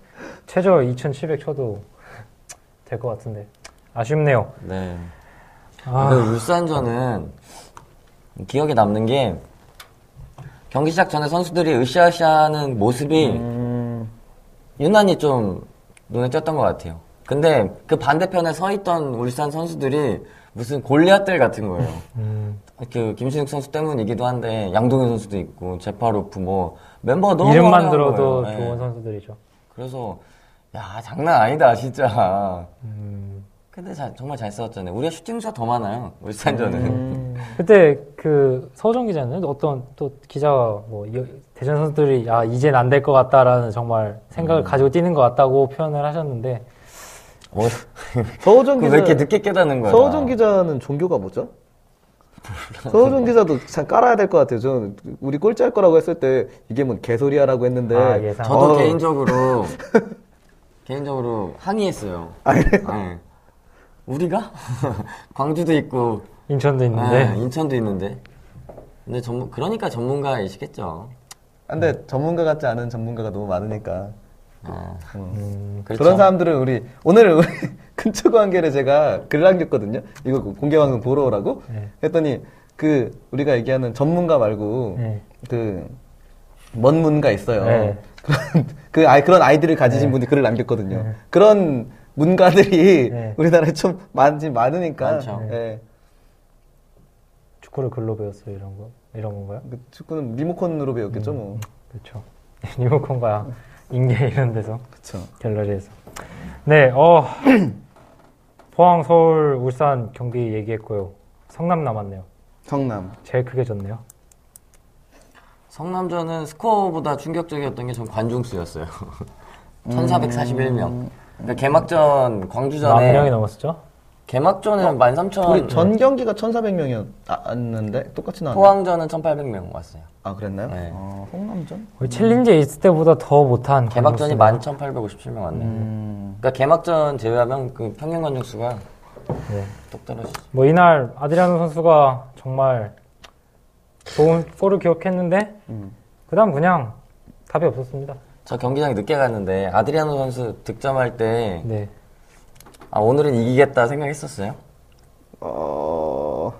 최저 2,700 쳐도 될 것 같은데 아쉽네요. 네. 아, 그 울산전은 기억에 남는 게 경기 시작 전에 선수들이 으쌰으쌰하는 모습이 음. 음. 유난히 좀 눈에 띄었던 것 같아요. 근데 그 반대편에 서 있던 울산 선수들이 무슨 골리앗들 같은 거예요. 음, 그 김신욱 선수 때문이기도 한데 양동현 선수도 있고 제파로프 뭐 멤버가 너무 이름만 화려한 들어도 거예요. 예. 좋은 선수들이죠. 그래서 야 장난 아니다 진짜. 음, 근데 자- 정말 잘 싸웠잖아요. 우리가 슈팅수가 더 많아요. 울산전은. 음. 그때 그 서정 기자는 어떤 또 기자가 뭐 여- 대전 선수들이 야 이젠 안 될 것 같다라는 정말 생각을 가지고 뛰는 것 같다고 표현을 하셨는데 어, 서호정 그왜 기자 이렇게 늦게 깨닫는 거야? 서호정 기자는 종교가 뭐죠? 서호정 기자도 참 깔아야 될 것 같아요. 저는 우리 꼴찌 할 거라고 했을 때 이게 뭔 개소리야라고 했는데 아, 예상. 저도 어, 개인적으로 개인적으로 항의했어요. 네. 우리가 광주도 있고 인천도 네, 있는데 인천도 있는데. 근데 전문 그러니까 전문가이시겠죠. 아, 근데 전문가 같지 않은 전문가가 너무 많으니까 아, 그 그렇죠. 런 사람들은 우리 오늘 우리 근처 관계를 제가 글을 남겼거든요. 이거 공개 방송 보러 오라고 네. 했더니 그 우리가 얘기하는 전문가 말고 네. 그 먼 문가 있어요. 네. 그런 그 아이 그런 아이디를 가지신 분이 글을 남겼거든요. 그런 문가들이 네. 우리나라에 좀 많지 많으니까 많죠. 예. 축구를 글로 배웠어요 이런 거 이런 건가요? 그 축구는 리모컨으로 배웠겠죠 뭐. 그렇죠. 리모컨과 인계 이런 데서 그렇죠. 갤러리에서. 네, 어, 포항, 서울, 울산 경기 얘기했고요. 성남 남았네요. 성남. 제일 크게 졌네요. 성남전은 스코어보다 충격적이었던 게 전 관중수였어요. 1441명. 음. 그러니까 개막전 아, 만 명이 광주전에 넘었었죠? 개막전은 13,000 어, 우리 전 경기가 1,400명이었는데 똑같이 나왔네. 포항전은 1,800명 왔어요. 아 그랬나요? 네. 아, 홍남전? 우리 챌린지에 있을 때보다 더 못한 음. 개막전이 관중수네요. 11,857명 왔네요. 음. 그러니까 개막전 제외하면 그 평균 관중 수가 네. 똑 떨어지죠. 뭐 이날 아드리아노 선수가 정말 좋은 골을 기억했는데 그다음 그냥 답이 없었습니다. 저 경기장에 늦게 갔는데 아드리아노 선수 득점할 때 네. 아, 오늘은 이기겠다 생각했었어요. 어...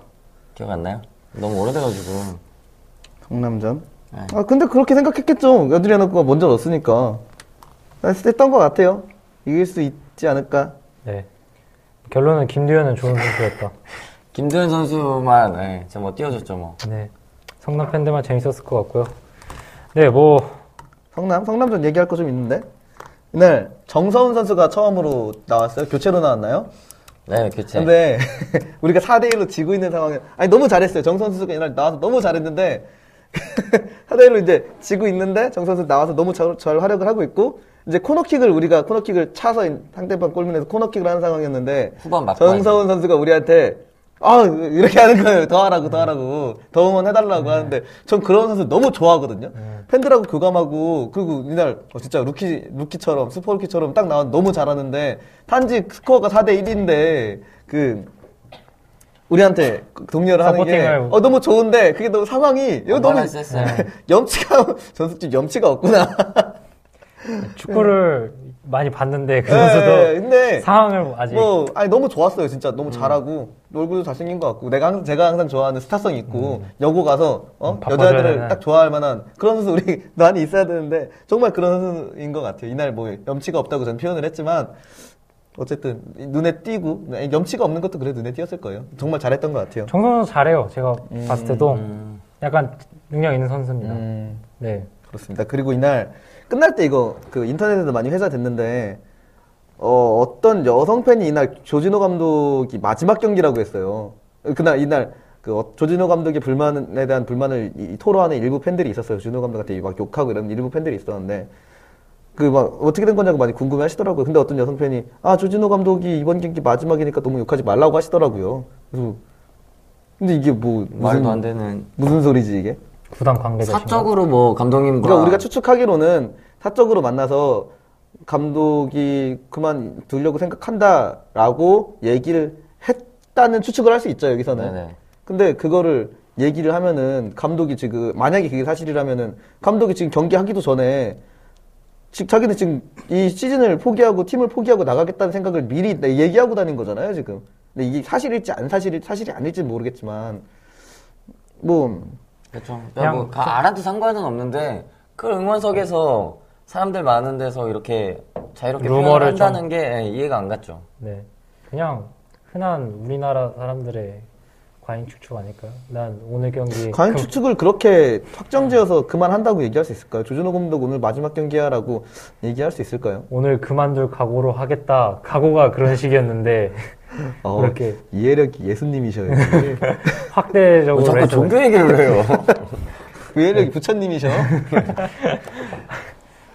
기억 안 나요? 너무 오래돼가지고 성남전? 네. 아 근데 그렇게 생각했겠죠. 여드리아노가 먼저 넣었으니까. 했- 했던 것 같아요. 이길 수 있지 않을까. 네. 결론은 김두현은 좋은 선수였다. 김도현 선수만 예, 저뭐 띄워줬죠 뭐. 네. 성남 팬들만 재밌었을 것 같고요. 네, 뭐 성남, 성남전 얘기할 거 좀 있는데. 이날 정서훈 선수가 처음으로 나왔어요. 교체로 나왔나요? 네, 교체. 근데 우리가 4대 1로 지고 있는 상황에 아니 너무 잘했어요. 정 선수가 이날 나와서 너무 잘했는데 4대 1로 이제 지고 있는데 정 선수 나와서 너무 잘, 잘 활약을 하고 있고 이제 코너킥을 우리가 코너킥을 차서 인- 상대방 골문에서 코너킥을 하는 상황이었는데 후반 막판. 정서훈 선수가 우리한테 아 이렇게 하는 거예요. 더 하라고 더 하라고 더 응원해달라고 하는데 전 그런 선수 너무 좋아하거든요. 네. 팬들하고 교감하고 그리고 이날 어, 진짜 루키 루키처럼 슈퍼 루키처럼 딱 나와 너무 잘하는데 단지 스코어가 4대 1인데 그 우리한테 동료를 하는 게 서포팅을- 어, 너무 좋은데 그게 너무 상황이 이거 너무 밸런스 했어요. 염치가 전수 좀 염치가 없구나. 축구를 네. 많이 봤는데 그 예, 선수도 근데 상황을 아직 음. 뭐 아니 너무 좋았어요 진짜 너무 잘하고 얼굴도 잘생긴 것 같고 내가 항상 제가 항상 좋아하는 스타성 이 있고 여고 가서 어? 음, 바빠져야 여자들을 되는. 딱 좋아할 만한 그런 선수 우리 많이 있어야 되는데 정말 그런 선수인 것 같아요 이날 뭐 염치가 없다고 저는 표현을 했지만 어쨌든 눈에 띄고 염치가 없는 것도 그래도 눈에 띄었을 거예요 정말 잘했던 것 같아요 정선 선수 잘해요. 제가 음. 봤을 때도 약간 능력 있는 선수입니다. 음, 네. 그렇습니다 그리고 이날 끝날 때 이거 그 인터넷에도 많이 회자됐는데 어, 어떤 여성 팬이 이날 조진호 감독이 마지막 경기라고 했어요. 그날 이날 그 어- 조진호 감독의 불만에 대한 불만을 이- 토로하는 일부 팬들이 있었어요. 조진호 감독한테 막 욕하고 이런 일부 팬들이 있었는데 그 막 어떻게 된 거냐고 많이 궁금해 하시더라고요. 근데 어떤 여성 팬이 아 조진호 감독이 이번 경기 마지막이니까 너무 욕하지 말라고 하시더라고요. 그래서 근데 이게 뭐 무슨 말도 안 되는 무슨 소리지 이게? 구단 관계자 사적으로 뭐 감독님과 그러니까 우리가 추측하기로는 사적으로 만나서 감독이 그만 두려고 생각한다라고 얘기를 했다는 추측을 할 수 있죠 여기서는. 네네. 근데 그거를 얘기를 하면은 감독이 지금 만약에 그게 사실이라면은 감독이 지금 경기하기도 전에 지- 자기는 지금 이 시즌을 포기하고 팀을 포기하고 나가겠다는 생각을 미리 내- 얘기하고 다닌 거잖아요 지금. 근데 이게 사실일지 안 사실일 사실이 아닐지 는 모르겠지만 뭐 그렇죠. 그냥 뭐, 가- 알아도 상관은 없는데 그 응원석에서 사람들 많은 데서 이렇게 자유롭게 루머를 표현을 한다는 게 예, 이해가 안 갔죠. 어, 네. 그냥 흔한 우리나라 사람들의 과잉 추측 아닐까요? 난 오늘 경기 과잉 금- 추측을 그렇게 확정지어서 그만한다고 얘기할 수 있을까요? 조준호 감독 오늘 마지막 경기야라고 얘기할 수 있을까요? 오늘 그만둘 각오로 하겠다. 각오가 그런 식이었는데 어, 그렇게 이해력이 예수님이셔요. 뭐 확대적으로 어, 자꾸 해서 종교 얘기를 해요. 그 이해력이 부처님이셔.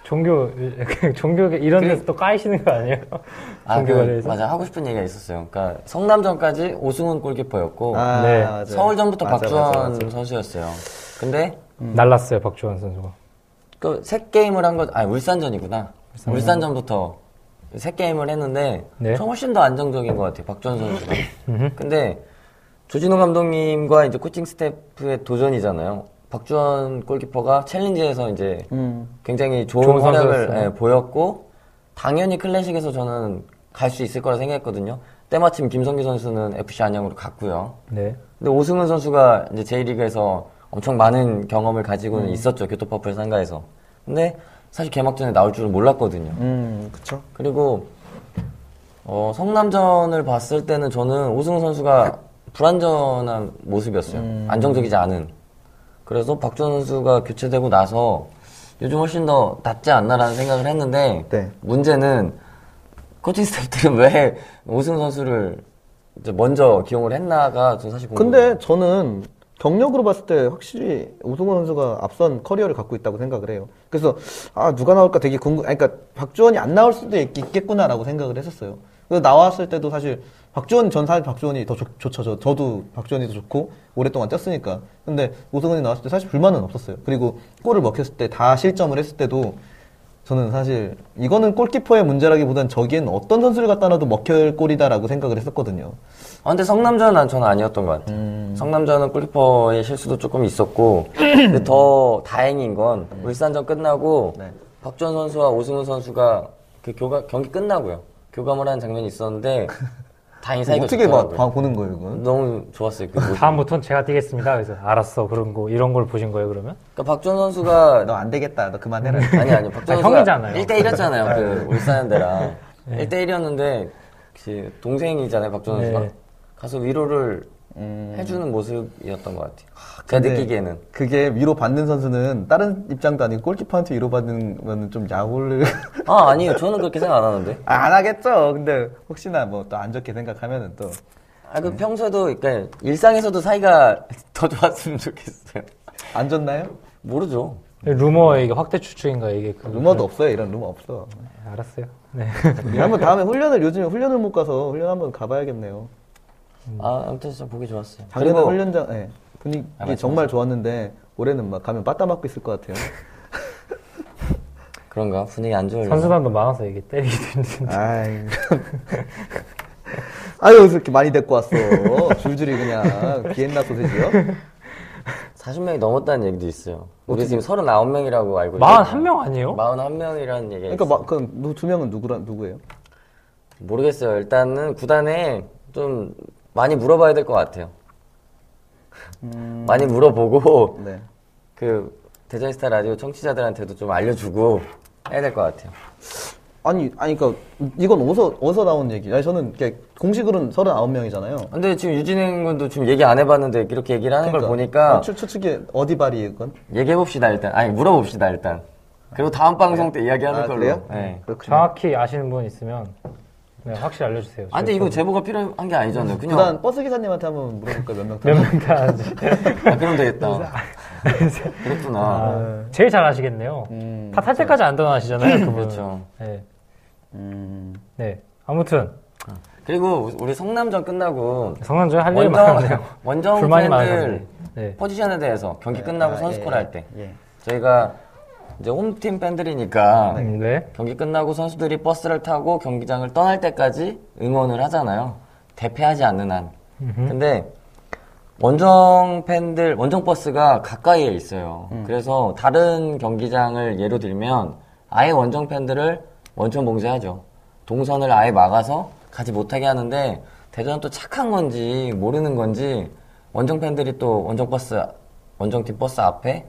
종교 종교 이런 데서 또 까이시는 거 아니에요? 그 아, 그, 종교를 해서 맞아 하고 싶은 얘기가 있었어요. 그러니까 성남전까지 오승훈 골키퍼였고 아, 네. 맞아요. 서울전부터 맞아, 박주원 맞아, 맞아. 선수였어요. 근데 날랐어요 박주원 선수가. 그 세 게임을 한 거, 아 울산전이구나. 울산. 전부터세 게임을 했는데 네. 좀 훨씬 더 안정적인 것 같아요. 박주원 선수가. 근데 조진호 감독님과 이제 코칭 스태프의 도전이잖아요. 박주원 골키퍼가 챌린지에서 이제 음. 굉장히 좋은, 좋은 활약을 선수였어요. 예, 보였고 당연히 클래식에서 저는 갈 수 있을 거라 생각했거든요. 때마침 김성규 선수는 FC 안양으로 갔고요. 네. 근데 오승훈 선수가 이제 J리그에서 엄청 많은 경험을 음. 가지고는 있었죠. 교토퍼플 상가에서. 근데 사실 개막전에 나올 줄은 몰랐거든요. 음, 그쵸. 그리고 어, 성남전을 봤을 때는 저는 오승훈 선수가 불안전한 모습이었어요. 음. 안정적이지 않은. 그래서 박주원 선수가 교체되고 나서 요즘 훨씬 더 낫지 않나라는 생각을 했는데 네. 문제는 코칭 스태프들은 왜 오승훈 선수를 이제 먼저 기용을 했나가 저 사실 궁금해요. 근데 저는 경력으로 봤을 때 확실히 오승원 선수가 앞선 커리어를 갖고 있다고 생각을 해요. 그래서 아 누가 나올까 되게 궁금. 아니, 그러니까 박주원이 안 나올 수도 있, 있겠구나라고 생각을 했었어요. 그래서 나왔을 때도 사실 박주원 전 사실 박주원이 더 좋, 죠 저, 저도 박주원이 더 좋고 오랫동안 뛰었으니까. 근데 오승원이 나왔을 때 사실 불만은 없었어요. 그리고 골을 먹혔을 때 다 실점을 했을 때도 저는 사실 이거는 골키퍼의 문제라기보단 저기엔 어떤 선수를 갖다 놔도 먹힐 골이다라고 생각을 했었거든요. 아, 근데 성남전은 저는 아니었던 것 같아요. 음. 성남전은 골키퍼의 실수도 조금 있었고, 근데 더 다행인 건 음. 울산전 끝나고 네. 박주원 선수와 오승훈 선수가 그 교감 경기 끝나고요 교감을 하는 장면이 있었는데 다행히 사이가 어떻게 봐, 좋더라고요. 봐- 보는 거예요, 이건? 너무 좋았어요. 그 모습. 다음부터는 제가 뛰겠습니다. 그래서 알았어 그런 거 이런 걸 보신 거예요 그러면? 그러니까 박주원 선수가 너 안 되겠다. 너 그만해라. 아니 아니 박정우 아니, 가 형이잖아요. 네. 1대1이었잖아요. 그 울산대랑 1대1이었는데 혹시 동생이잖아요 박정우 네. 음. 선수가 가서 위로를 해주는 모습이었던 것 같아요. 제가 근데 느끼기에는 그게 위로 받는 선수는 다른 입장도 아니고 골키퍼한테 위로 받는 거는 좀 야구를 아 아니에요. 저는 그렇게 생각 안 하는데. 아, 안 하겠죠. 근데 혹시나 뭐 또 안 좋게 생각하면은 또 안 아 그 평소에도 그러니까 일상에서도 사이가 더 좋았으면 좋겠어요. 좋나요? 모르죠. 루머 이게 확대 추측인가 이게 그- 루머도 없어요. 이런 루머 없어. 네, 알았어요. 네. 우리 한번 다음에 훈련을 요즘에 훈련을 못 가서 훈련 한번 가봐야겠네요. 아 아무튼 진짜 보기 좋았어요. 작년에 그리고 훈련장 예, 분위기 아, 맞다, 정말 좋았는데 올해는 막 가면 빠따 맞고 있을 것 같아요. 그런가 분위기 안 좋을려. 선수단도 많아서 이게 때리기도 힘든데. 아이. 아유, 왜 이렇게 많이 데리고 왔어. 줄줄이 그냥 비엔나 소세지요. 40명이 넘었다는 얘기도 있어요. 우리 지금 뭐 39명이라고 알고 41명 아니에요? 41명이라는 얘기가 그러니까 있어요. 막 그럼 너두 명은 누구라 누구예요? 모르겠어요. 일단은 구단에 좀 많이 물어봐야 될 것 같아요. 많이 물어보고 음, 네. 그 대전스타 라디오 청취자들한테도 좀 알려주고 해야 될 것 같아요. 아니, 아니, 그니까, 이건 어디서, 어디서 나온 얘기? 아니, 저는, 이렇게, 공식으로는 39명이잖아요. 근데 지금 유진행 군도 지금 얘기 안 해봤는데 이렇게 아, 얘기를 하는 걸 보니까 추측이 그러니까 어디 발이, 이건? 얘기해봅시다 일단. 아니 물어봅시다 일단. 그리고 다음 방송 때 이야기하는 아, 걸로. 그래요? 네. 그렇군요. 정확히 아시는 분 있으면 네, 확실히 알려주세요. 아, 근데 이거 제보가 필요한 게 아니잖아요. 그냥 부단 버스 기사님한테 한번 물어볼까요? 몇 명 타나? 몇명 타는지. 아, 그럼 되겠다. 그렇구나. 아, 제일 잘 아시겠네요. 음, 다 탈 때까지 안 떠나시잖아요. 그분은. 그렇죠. 네. 음. 네. 아무튼 그리고 우리 성남전 끝나고 성남주에 할 일이 원정 많았네요. 원정 불만이 팬들 많아요. 네. 포지션에 대해서 경기 끝나고 아, 선수콜 예, 할 때 예. 저희가 이제 홈팀 팬들이니까 음, 네. 경기 끝나고 선수들이 버스를 타고 경기장을 떠날 때까지 응원을 하잖아요. 대패하지 않는 한. 근데 원정 팬들, 원정 버스가 가까이에 있어요. 그래서 다른 경기장을 예로 들면 아예 원정 팬들을 원천 봉쇄하죠. 동선을 아예 막아서 가지 못하게 하는데 대전은 또 착한 건지 모르는 건지 원정 팬들이 또 원정 버스, 원정팀 버스 앞에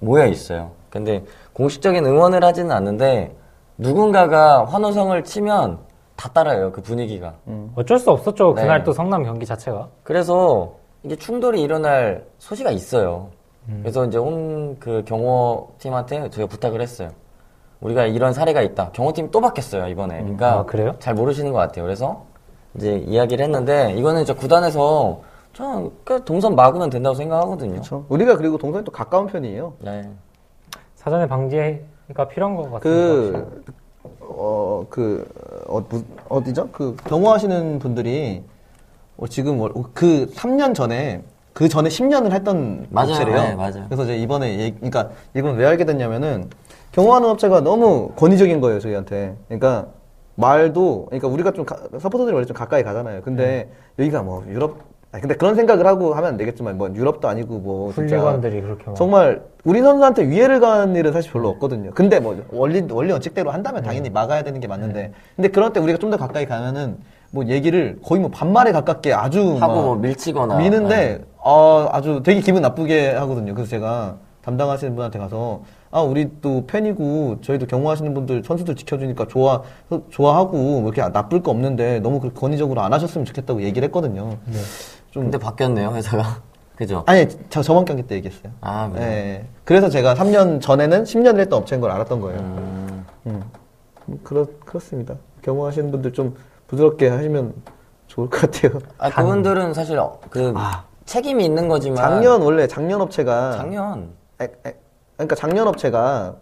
모여 있어요. 근데 공식적인 응원을 하지는 않는데 누군가가 환호성을 치면 다 따라요. 그 분위기가. 어쩔 수 없었죠. 그날 네. 또 성남 경기 자체가. 그래서 이게 충돌이 일어날 소지가 있어요. 음. 그래서 이제 홈 그 경호팀한테 저희가 부탁을 했어요. 우리가 이런 사례가 있다. 경호팀 또 바뀌었어요 이번에. 음. 그러니까 아, 그래요? 잘 모르시는 것 같아요. 그래서 이제 이야기를 했는데 이거는 저 구단에서 저는 그 동선 막으면 된다고 생각하거든요. 그렇죠. 우리가 그리고 동선이 또 가까운 편이에요. 네. 사전에 방지가 필요한 것 같습니다. 확실히. 그, 어, 그, 어, 무- 어디죠? 그, 경호하시는 분들이, 어, 지금, 월- 그, 3년 전에, 그 전에 10년을 했던 맞아요. 업체래요. 네, 맞아요. 그래서 이제 이번에, 얘- 그러니까, 이건 왜 알게 됐냐면은, 경호하는 업체가 너무 권위적인 거예요, 저희한테. 그러니까, 말도, 그러니까 우리가 좀, 가- 서포터들이 원래 좀 가까이 가잖아요. 근데, 네. 여기가 뭐, 유럽, 아니, 근데 그런 생각을 하고 하면 안 되겠지만, 뭐, 유럽도 아니고, 뭐, 진짜 훌리건들이 그렇게 어. 막 정말 우리 선수한테 위해를 가는 일은 사실 별로 없거든요. 근데 뭐 원리 원리 원칙대로 음. 한다면 당연히 막아야 되는 게 네. 맞는데, 근데 그런 때 우리가 좀 더 가까이 가면은 뭐 얘기를 거의 뭐 반말에 가깝게 음, 아주 하고 막 뭐 밀치거나 네. 미는데 어, 아주 되게 기분 나쁘게 하거든요. 그래서 제가 담당하시는 분한테 가서 아 우리 또 팬이고 저희도 경호하시는 분들 선수들 지켜주니까 좋아 좋아하고 뭐 이렇게 나쁠 거 없는데 너무 그렇게 권위적으로 안 하셨으면 좋겠다고 얘기를 했거든요. 네. 좀 근데 바뀌었네요 회사가. 그죠? 아니 저 저번 경기 때 얘기했어요. 아, 그래요? 예. 그래서 제가 3년 전에는 10년을 했던 업체인 걸 알았던 거예요. 음. 음, 그렇 그렇습니다. 경험하시는 분들 좀 부드럽게 하시면 좋을 것 같아요. 아, 그분들은 사실 어, 그 책임이 있는 거지만 아. 작년 원래 작년 업체가 아. 작년 에, 에, 그러니까 작년 업체가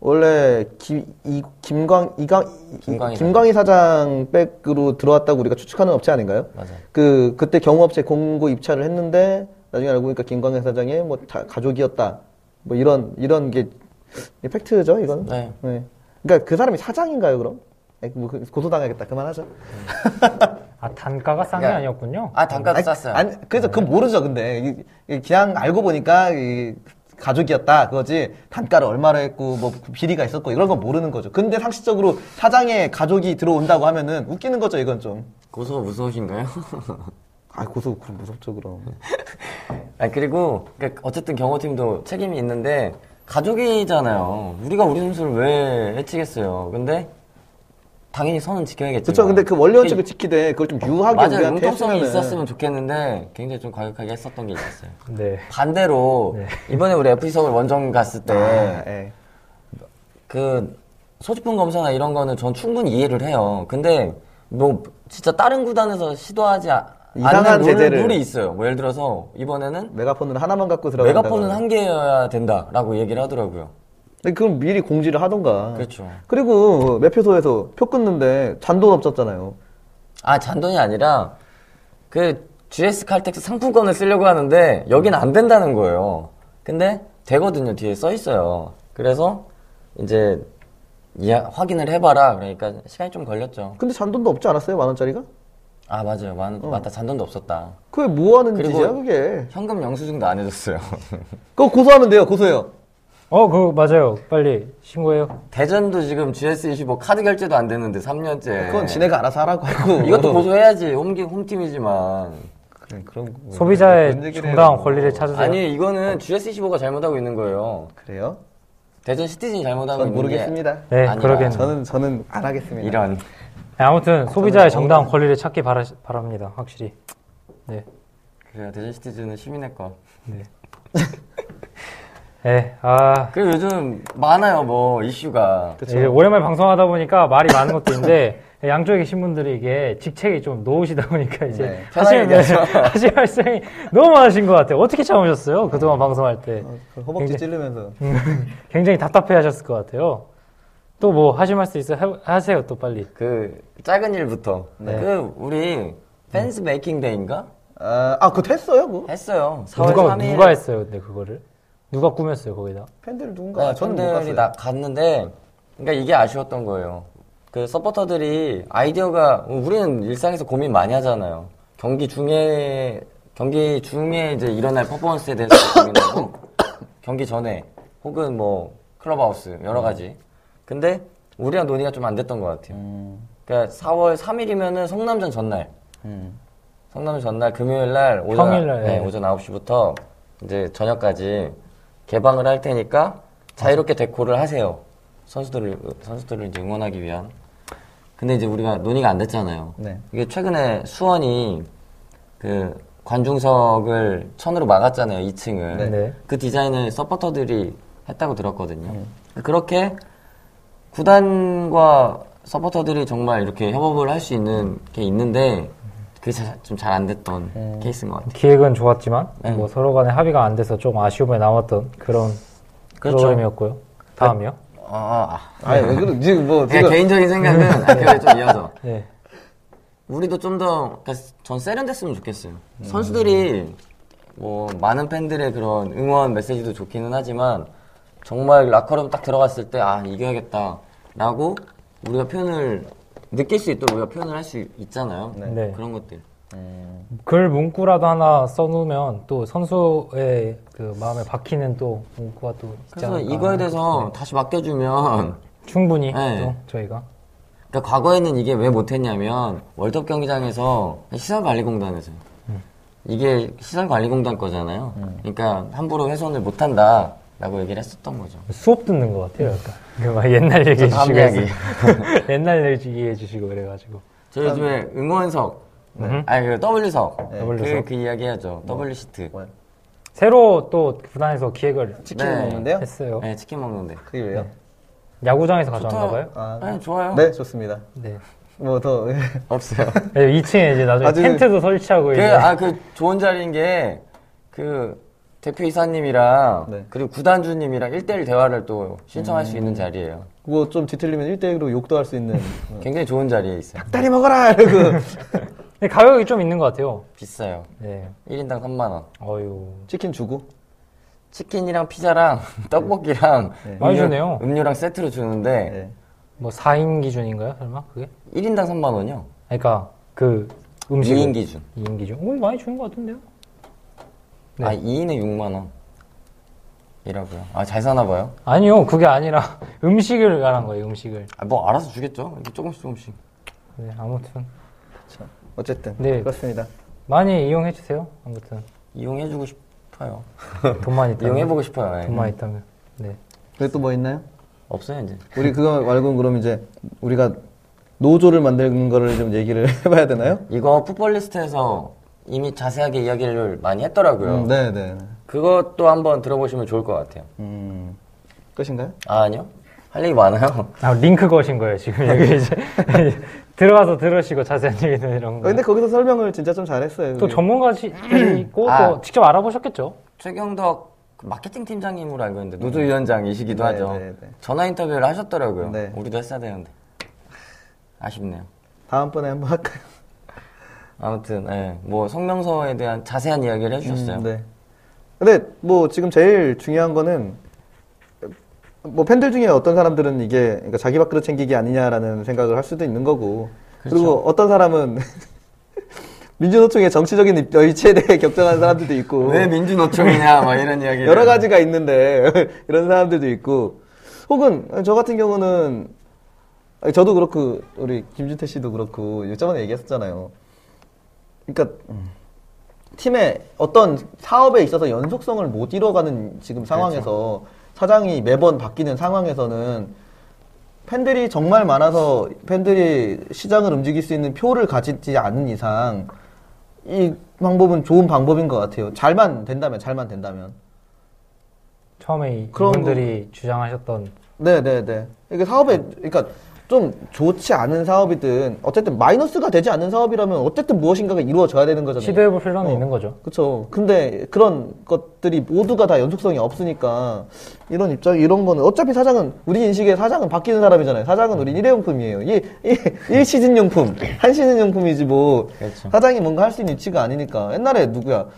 원래 기, 이, 김광 이강 이- 김광희 김광희 사장 백으로 들어왔다고 우리가 추측하는 업체 아닌가요? 맞아요. 그 그때 경호업체 공고 입찰을 했는데 나중에 알고 보니까 김광희 사장의 뭐 다- 가족이었다 뭐 이런 이런 게 이게 팩트죠 이건. 네. 그러니까 그 사람이 사장인가요 그럼? 아이, 뭐 그- 고소당하겠다 그만하죠. 아 단가가 싼 게 그러니까- 아니었군요. 아 단가도 아니, 쌌어요. 아니, 그래서 그건 모르죠, 근데. 이- 이- 그냥 알고 보니까 이 가족이었다, 그거지. 단가를 얼마로 했고, 뭐 비리가 있었고, 이런 건 모르는 거죠. 근데 상식적으로 사장의 가족이 들어온다고 하면은 웃기는 거죠, 이건 좀. 고소 무서우신가요? 아, 고소, 그럼 무섭죠, 그럼. 아 그리고 그러니까 어쨌든 경호팀도 책임이 있는데 가족이잖아요. 우리가 우리 선수를 왜 해치겠어요? 근데 당연히 선은 지켜야겠죠. 그쵸, 근데 그 원리 원칙을 지키되, 그걸 좀 유하게 네. 맞아요. 우리한테 융통성이 했으면은. 있었으면 좋겠는데 굉장히 좀 과격하게 했었던 게 있었어요. 네. 반대로 네. 이번에 우리 FC 서울 원정 갔을 때 아, 예. 그 소지품 검사나 이런 거는 전 충분히 이해를 해요. 근데 뭐 진짜 다른 구단에서 시도하지 아- 이상한 않는 룰, 제재를. 룰이 있어요. 뭐 예를 들어서 이번에는 메가폰을 하나만 갖고 들어간다. 메가폰은 한 개여야 된다라고 얘기를 하더라고요. 근데 그럼 미리 공지를 하던가. 그렇죠. 그리고 매표소에서 표 끊는데 잔돈 없었잖아요. 아 잔돈이 아니라 그 GS 칼텍스 상품권을 쓰려고 하는데 여긴 안 된다는 거예요. 근데 되거든요. 뒤에 써 있어요. 그래서 이제 이야- 확인을 해봐라. 그러니까 시간이 좀 걸렸죠. 근데 잔돈도 없지 않았어요, 만 원짜리가? 아 맞아요. 만- 맞다. 잔돈도 없었다. 그게 뭐 하는 그리고- 짓이야, 그게? 현금 영수증도 안 해줬어요. 그거 고소하면 돼요, 고소해요. 어, 그거 맞아요. 빨리 신고해요. 대전도 지금 GS25 카드 결제도 안 됐는데 3년째. 그건 지네가 알아서 하라고 하고. 이것도 고소해야지. 홈기, 홈팀이지만. 그래, 그런 거. 그런 소비자의 음, 얘기를 정당한 해요. 권리를 찾으세요. 아니 이거는 GS25가 잘못하고 있는 거예요. 그래요? 대전 시티즌이 잘못하고 전 있는 모르겠습니다. 게 네, 아니라 그러겠네. 저는, 저는 안 하겠습니다. 이런. 네, 아무튼 소비자의 정당한 권리를 찾기 바라, 바랍니다. 확실히. 네. 그래요. 대전 시티즌은 시민의 거. 네. 예, 아, 그리고 요즘 많아요, 뭐, 이슈가. 그쵸. 이게 오랜만에 방송하다 보니까 말이 많은 것도 있는데 양쪽에 계신 분들이 이게 직책이 좀 놓으시다 보니까 이제 네, 사실 편하게 얘기하죠. 사실 말씀이 너무 많으신 것 같아요. 어떻게 참으셨어요? 그동안 방송할 때 어, 그 허벅지 굉장히- 찌르면서. 굉장히 답답해하셨을 것 같아요. 또 뭐 하실 말씀 있어 하세요 또 빨리. 그, 작은 일부터. 네. 그, 우리, 팬스 메이킹 데이인가? 아, 아, 그거 했어요? 그거? 했어요. 4월 누가 3일. 누가 했어요 근데 그거를 누가 꾸몄어요 거기다? 팬들 누군가? 네, 아, 저는 못 팬들이 봤어요. 나 갔는데, 그러니까 이게 아쉬웠던 거예요. 그 서포터들이 아이디어가 어, 우리는 일상에서 고민 많이 하잖아요. 경기 중에 경기 중에 이제 일어날 퍼포먼스에 대해서 고민하고 경기 전에 혹은 뭐 클럽하우스 여러 가지. 근데 우리랑 논의가 좀 안 됐던 것 같아요. 음, 그러니까 4월 3일이면은 성남전 전날, 음. 성남전 전날 금요일 날 오전 평일 날, 네, 네. 오전 9시부터 이제 저녁까지 개방을 할 테니까 자유롭게 데코를 하세요. 선수들을 선수들을 이제 응원하기 위한. 근데 이제 우리가 논의가 안 됐잖아요. 네. 이게 최근에 수원이 그 관중석을 천으로 막았잖아요, 2층을. 네. 네. 그 디자인을 서포터들이 했다고 들었거든요. 그렇게 구단과 서포터들이 정말 이렇게 협업을 할 수 있는 게 있는데 그게 좀 잘 안 됐던 케이스인 것 같아요. 기획은 좋았지만 네. 뭐 서로 간에 합의가 안 돼서 좀 아쉬움에 남았던 그런 그렇죠. 프로그램이었고요. 다음이요. 아, 아. 아니, 왜 그래? 지금 뭐, 그냥 지금. 개인적인 생각은 아, 그게 좀 이어서 네. 우리도 좀 더 그러니까 전 세련됐으면 좋겠어요. 선수들이 뭐 많은 팬들의 그런 응원 메시지도 좋기는 하지만 정말 라커룸 딱 들어갔을 때 아 이겨야겠다라고 우리가 표현을 느낄 수 있도록 우리가 표현을 할 수 있잖아요. 네. 그런 것들. 음, 글 문구라도 하나 써놓으면 또 선수의 그 마음에 박히는 또 문구가 또 있지 그래서 않을까. 네. 이거에 대해서 다시 맡겨주면 충분히 네. 또 저희가 그러니까 과거에는 이게 왜 못했냐면 월드컵 경기장에서 시설관리공단에서 이게 시설관리공단 거잖아요. 음. 그러니까 함부로 훼손을 못한다라고 얘기를 했었던 거죠. 수업 듣는 것 같아요. 약간 그막 옛날 얘기해 다음 주시고 이야기. 해서. 옛날 얘기해 주시고 그래가지고 저 요즘에 응원석, 아니 그 W석, 음. 네. 그, W석. 그 이야기 하죠. W 시트. 뭐야? 새로 또 구단에서 기획을 치킨을 네. 먹는데요? 했어요. 네, 치킨 먹는데. 그게 왜요? 야구장에서 좋다. 가져왔나 봐요. 아. 아니, 좋아요. 네, 좋습니다. 네. 뭐 더. 없어요. 2층에 이제 나중에 아주- 텐트도 설치하고 그, 이제 아, 그 좋은 자리인 게 그 대표 이사님이랑 네. 그리고 구단주님이랑 일대일 대화를 또 신청할 수 음. 있는 자리예요. 그거 좀 뒤틀리면 1대1로 욕도 할 수 있는. 굉장히 좋은 자리에 있어요. 닭다리 먹어라! 이러고. 근데 가격이 좀 있는 것 같아요. 비싸요. 네. 1인당 3만원. 어유. 치킨 주고. 치킨이랑 피자랑 떡볶이랑 네. 많이 주네요. 음료랑 세트로 주는데 네. 뭐 4인 기준인가요? 설마 그게? 일 1인당 3만원이요. 아니, 그러니까 그 음식 2인 기준. 2인 기준. 오, 많이 주는 것 같은데요. 네. 아, 2인에 6만원. 이라고요. 아, 잘 사나봐요. 아니요, 그게 아니라 음식을 말한 거예요, 음식을. 아, 뭐 알아서 주겠죠. 이렇게 조금씩 조금씩. 네, 아무튼 자, 어쨌든. 네. 그렇습니다. 많이 이용해 주세요. 아무튼 이용해주고 싶어요. 돈만 있다면 이용해보고 싶어요. 예. 돈만 있다면. 네. 그리고 또 뭐 있나요? 없어요, 이제. 우리 그거 말고는 그럼 이제 우리가 노조를 만드는 거를 좀 얘기를 해봐야 되나요? 이거 풋볼리스트에서 이미 자세하게 이야기를 많이 했더라고요. 음, 네, 네. 그것도 한번 들어보시면 좋을 것 같아요. 음. 끝인가요? 아, 아니요? 할 얘기 많아요. 아, 링크 거신 거예요, 지금 여기 이제 들어가서 들으시고 자세한 얘기는 이런 어, 거. 근데 거기서 설명을 진짜 좀 잘했어요. 또 그게. 전문가시고 아. 또 직접 알아보셨겠죠? 최경덕 그 마케팅 팀장님으로 알고 있는데 노조위원장이시기도 네, 하죠. 네, 네. 전화 인터뷰를 하셨더라고요. 네. 우리도 했어야 되는데 아쉽네요. 다음번에 한번 할까요? 아무튼 예, 뭐 성명서에 대한 자세한 이야기를 해주셨어요. 음, 네. 근데 뭐 지금 제일 중요한 거는 뭐 팬들 중에 어떤 사람들은 이게 그러니까 자기 밥그릇 챙기기 아니냐라는 생각을 할 수도 있는 거고 그리고 어떤 사람은 민주노총의 정치적인 입- 의치에 대해 격정하는 사람들도 있고 왜 민주노총이냐 막 이런 이야기. 여러 가지가 있는데 이런 사람들도 있고 혹은 저 같은 경우는 아니, 저도 그렇고 우리 김준태 씨도 그렇고 저번에 얘기했었잖아요. 그러니까 음, 팀의 어떤 사업에 있어서 연속성을 못 이뤄가는 지금 상황에서 그렇죠. 사장이 매번 바뀌는 상황에서는 팬들이 정말 많아서 팬들이 시장을 움직일 수 있는 표를 가지지 않은 이상 이 방법은 좋은 방법인 것 같아요. 잘만 된다면, 잘만 된다면. 처음에 이 그런 이분들이 주장하셨던 네네네. 이게 사업에, 그러니까 좀 좋지 않은 사업이든 어쨌든 마이너스가 되지 않는 사업이라면 어쨌든 무엇인가가 이루어져야 되는 거잖아요. 시도해볼 필요는 어. 있는 거죠. 그쵸. 근데 그런 것들이 모두가 다 연속성이 없으니까 이런 입장, 이런 거는 어차피 사장은 우리 인식의 사장은 바뀌는 사람이잖아요. 사장은 우린 일회용품이에요. 일, 일, 일 시즌 용품, 한 시즌 용품이지 뭐 그렇죠. 사장이 뭔가 할 수 있는 위치가 아니니까 옛날에 누구야